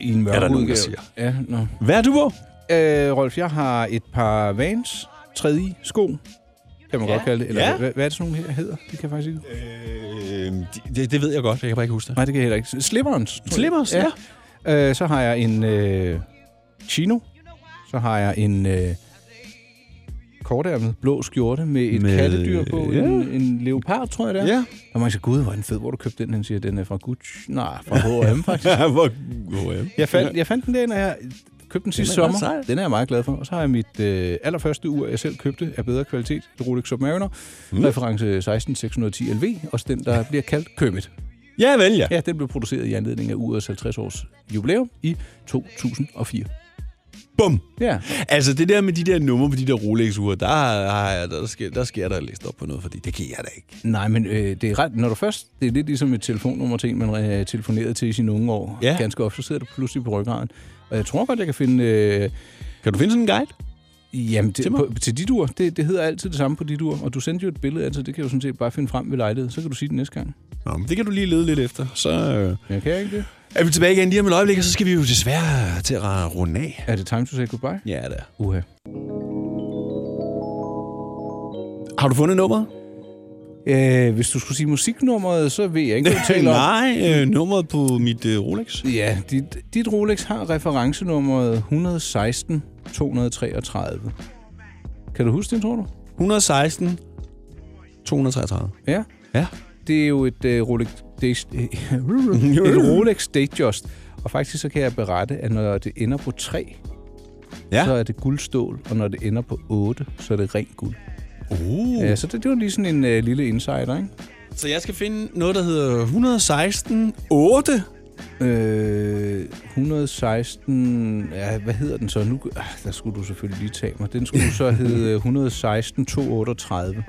[SPEAKER 2] I en mørk
[SPEAKER 3] Er der nogen, der
[SPEAKER 2] udgave.
[SPEAKER 3] siger?
[SPEAKER 2] Ja, nå.
[SPEAKER 3] Hvad er du på?
[SPEAKER 2] Øh, Rolf, jeg har et par Vans 3 sko. Kan man
[SPEAKER 3] Ja.
[SPEAKER 2] godt kalde det. Eller
[SPEAKER 3] Ja.
[SPEAKER 2] hvad, hvad er det sådan nogle her hedder? Det kan jeg faktisk ikke.
[SPEAKER 3] Øh, det, det ved jeg godt, jeg kan bare ikke huske det.
[SPEAKER 2] Nej, det kan jeg heller ikke. Slipperens. tror jeg.
[SPEAKER 3] Slippers, ja.
[SPEAKER 2] Øh, så har jeg en øh, chino. Så har jeg en øh, kortærmet blå skjorte med et
[SPEAKER 3] Med-
[SPEAKER 2] med, kattedyr på.
[SPEAKER 3] ja.
[SPEAKER 2] Ja. En, en leopard, tror jeg det er.
[SPEAKER 3] Ja.
[SPEAKER 2] Og man siger, gud, hvor er den fed. Hvor har du købte den? Han siger, den er fra Gucci. Nej, fra H&M faktisk.
[SPEAKER 3] Hvor, hvor er
[SPEAKER 2] jeg, fandt, jeg fandt den der, når jeg købte den sidste
[SPEAKER 3] er ret
[SPEAKER 2] sommer.
[SPEAKER 3] sej.
[SPEAKER 2] Den er jeg meget glad for. Og så har jeg mit øh, allerførste ur, jeg selv købte, af bedre kvalitet. Et Rolex Submariner. Mm. Reference 16610 LV. Også den, der bliver kaldt Kermit.
[SPEAKER 3] Ja, vel, ja.
[SPEAKER 2] Ja, den blev produceret i anledning af urets 50 års jubilæum i 2004.
[SPEAKER 3] Bum.
[SPEAKER 2] Ja,
[SPEAKER 3] Altså, det der med de der numre på de der Rolex-ure, der, har jeg- der, sker, der sker der læst op på noget, fordi det kan jeg da ikke.
[SPEAKER 2] nej, men øh, det er ret, når du først, det er lidt ligesom et telefonnummer til en, man øh, telefonerede til i sine unge år.
[SPEAKER 3] Ja.
[SPEAKER 2] Ganske ofte, så sidder du pludselig på ryggraden. Og jeg tror godt, jeg kan finde, øh,
[SPEAKER 3] Kan du finde sådan en guide?
[SPEAKER 2] jamen, det,
[SPEAKER 3] Til
[SPEAKER 2] til,
[SPEAKER 3] mig?
[SPEAKER 2] på, til dit ur, det, det hedder altid det samme på dit ur, og du sendte jo et billede af det, så det kan jeg jo sådan set bare finde frem ved lejlighed, så kan du sige det næste gang.
[SPEAKER 3] Nå, men det kan du lige lede lidt efter. Så øh,
[SPEAKER 2] Jeg kan ikke det.
[SPEAKER 3] er vi tilbage igen lige om et øjeblik, og så skal vi jo desværre til at runde af.
[SPEAKER 2] Er det time to say goodbye?
[SPEAKER 3] Ja, det er.
[SPEAKER 2] Uha.
[SPEAKER 3] Har du fundet nummeret?
[SPEAKER 2] Øh, hvis du skulle sige musiknummeret, så ved jeg ikke, hvad du taler om.
[SPEAKER 3] Nej, øh, nummeret på mit øh, Rolex.
[SPEAKER 2] Ja, dit, dit Rolex har referencenummeret 116 233. Kan du huske det, tror du?
[SPEAKER 3] 116 233.
[SPEAKER 2] Ja.
[SPEAKER 3] Ja.
[SPEAKER 2] Det er jo et øh, Rolex, Day, et Rolex Datejust. Og faktisk så kan jeg berette, at når det ender på 3,
[SPEAKER 3] Ja.
[SPEAKER 2] ja. så er det guldstål, og når det ender på 8, så er det rent guld.
[SPEAKER 3] Uh.
[SPEAKER 2] Ja, så det, det var lige sådan en øh, lille insider, ikke?
[SPEAKER 3] Så jeg skal finde noget, der hedder 116 8.
[SPEAKER 2] Øh, 116... Ja, hvad hedder den så? Nu, ah, der skulle du selvfølgelig lige tage mig. Den skulle så hedde 116 238.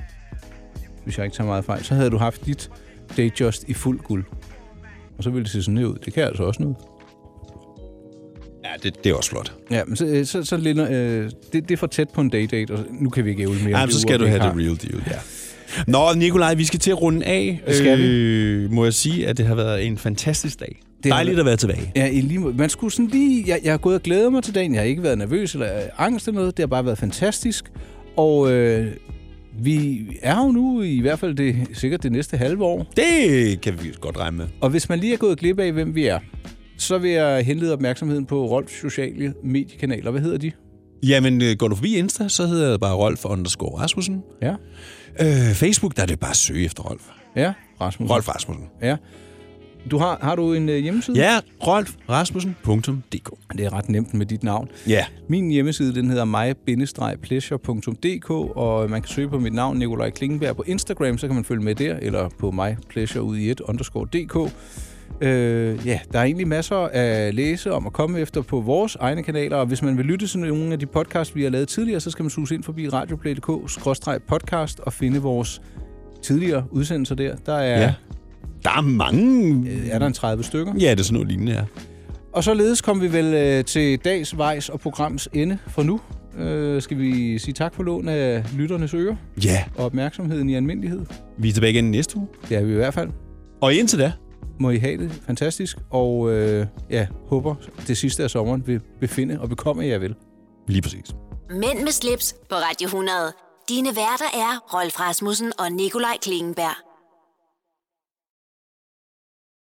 [SPEAKER 2] Hvis jeg ikke tager meget fejl. Så havde du haft dit Datejust i fuld guld. Og så ville det se sådan her ud. Det kan altså også noget.
[SPEAKER 3] Ja, det, det er også flot.
[SPEAKER 2] Ja, men så, øh, så, så lidt, øh, det, det er for tæt på en daydate, og nu kan vi ikke ævle mere. om
[SPEAKER 3] Ja,
[SPEAKER 2] de
[SPEAKER 3] så
[SPEAKER 2] ure,
[SPEAKER 3] skal du
[SPEAKER 2] vi
[SPEAKER 3] have
[SPEAKER 2] har.
[SPEAKER 3] det real deal. Ja. Nå, Nikolaj, vi skal til at runde af.
[SPEAKER 2] Skal vi?
[SPEAKER 3] Øh, må jeg sige, at det har været en fantastisk dag. Det
[SPEAKER 2] har
[SPEAKER 3] Dejligt
[SPEAKER 2] været-
[SPEAKER 3] at være tilbage.
[SPEAKER 2] Ja, i lige måde. Man skulle sådan lige... Jeg, jeg har gået og glædet mig til dagen. Jeg har ikke været nervøs eller øh, angst eller noget. Det har bare været fantastisk. Og øh, vi er jo nu i hvert fald det, sikkert det næste halve år.
[SPEAKER 3] Det kan vi godt regne med.
[SPEAKER 2] Og hvis man lige er gået glip af, hvem vi er, så vil jeg henlede opmærksomheden på Rolfs sociale mediekanaler. Hvad hedder de?
[SPEAKER 3] Jamen, øh, går du forbi Insta, så hedder jeg bare Rolf underscore Rasmussen.
[SPEAKER 2] Ja.
[SPEAKER 3] Øh, Facebook, der er det bare at søge efter Rolf.
[SPEAKER 2] Ja, Rasmus.
[SPEAKER 3] Rolf Rasmussen.
[SPEAKER 2] Ja. Du har, har du en øh, hjemmeside?
[SPEAKER 3] Ja, rolfrasmussen.dk.
[SPEAKER 2] Det er ret nemt med dit navn.
[SPEAKER 3] Ja.
[SPEAKER 2] Min hjemmeside, den hedder mig-pleasure.dk, og man kan søge på mit navn, Nikolaj Klingenberg, på Instagram, så kan man følge med der, eller på mig-pleasure ud i et underscore dk. Øh, ja, der er egentlig masser at læse om og komme efter på vores egne kanaler, og hvis man vil lytte til nogle af de podcasts, vi har lavet tidligere, så skal man suge ind forbi radioplay.dk-podcast og finde vores tidligere udsendelser der. Der er,
[SPEAKER 3] Ja.
[SPEAKER 2] ja.
[SPEAKER 3] Der er mange...
[SPEAKER 2] er der en 30 stykker.
[SPEAKER 3] Ja, det er sådan noget lignende, ja.
[SPEAKER 2] Og således kom vi vel øh, til dags, vejs og programs ende for nu. Øh, skal vi sige tak for lån af lytternes ører
[SPEAKER 3] Ja,
[SPEAKER 2] og opmærksomheden i almindelighed?
[SPEAKER 3] vi er tilbage igen næste uge.
[SPEAKER 2] Det er vi i hvert fald.
[SPEAKER 3] Og indtil da,
[SPEAKER 2] Må I have det fantastisk, og øh, ja, håber det sidste af sommeren vil befinde og bekomme jer vel.
[SPEAKER 3] lige præcis.
[SPEAKER 1] Mænd med slips på Radio 100. Dine værter er Rolf Rasmussen og Nikolaj Klingenberg.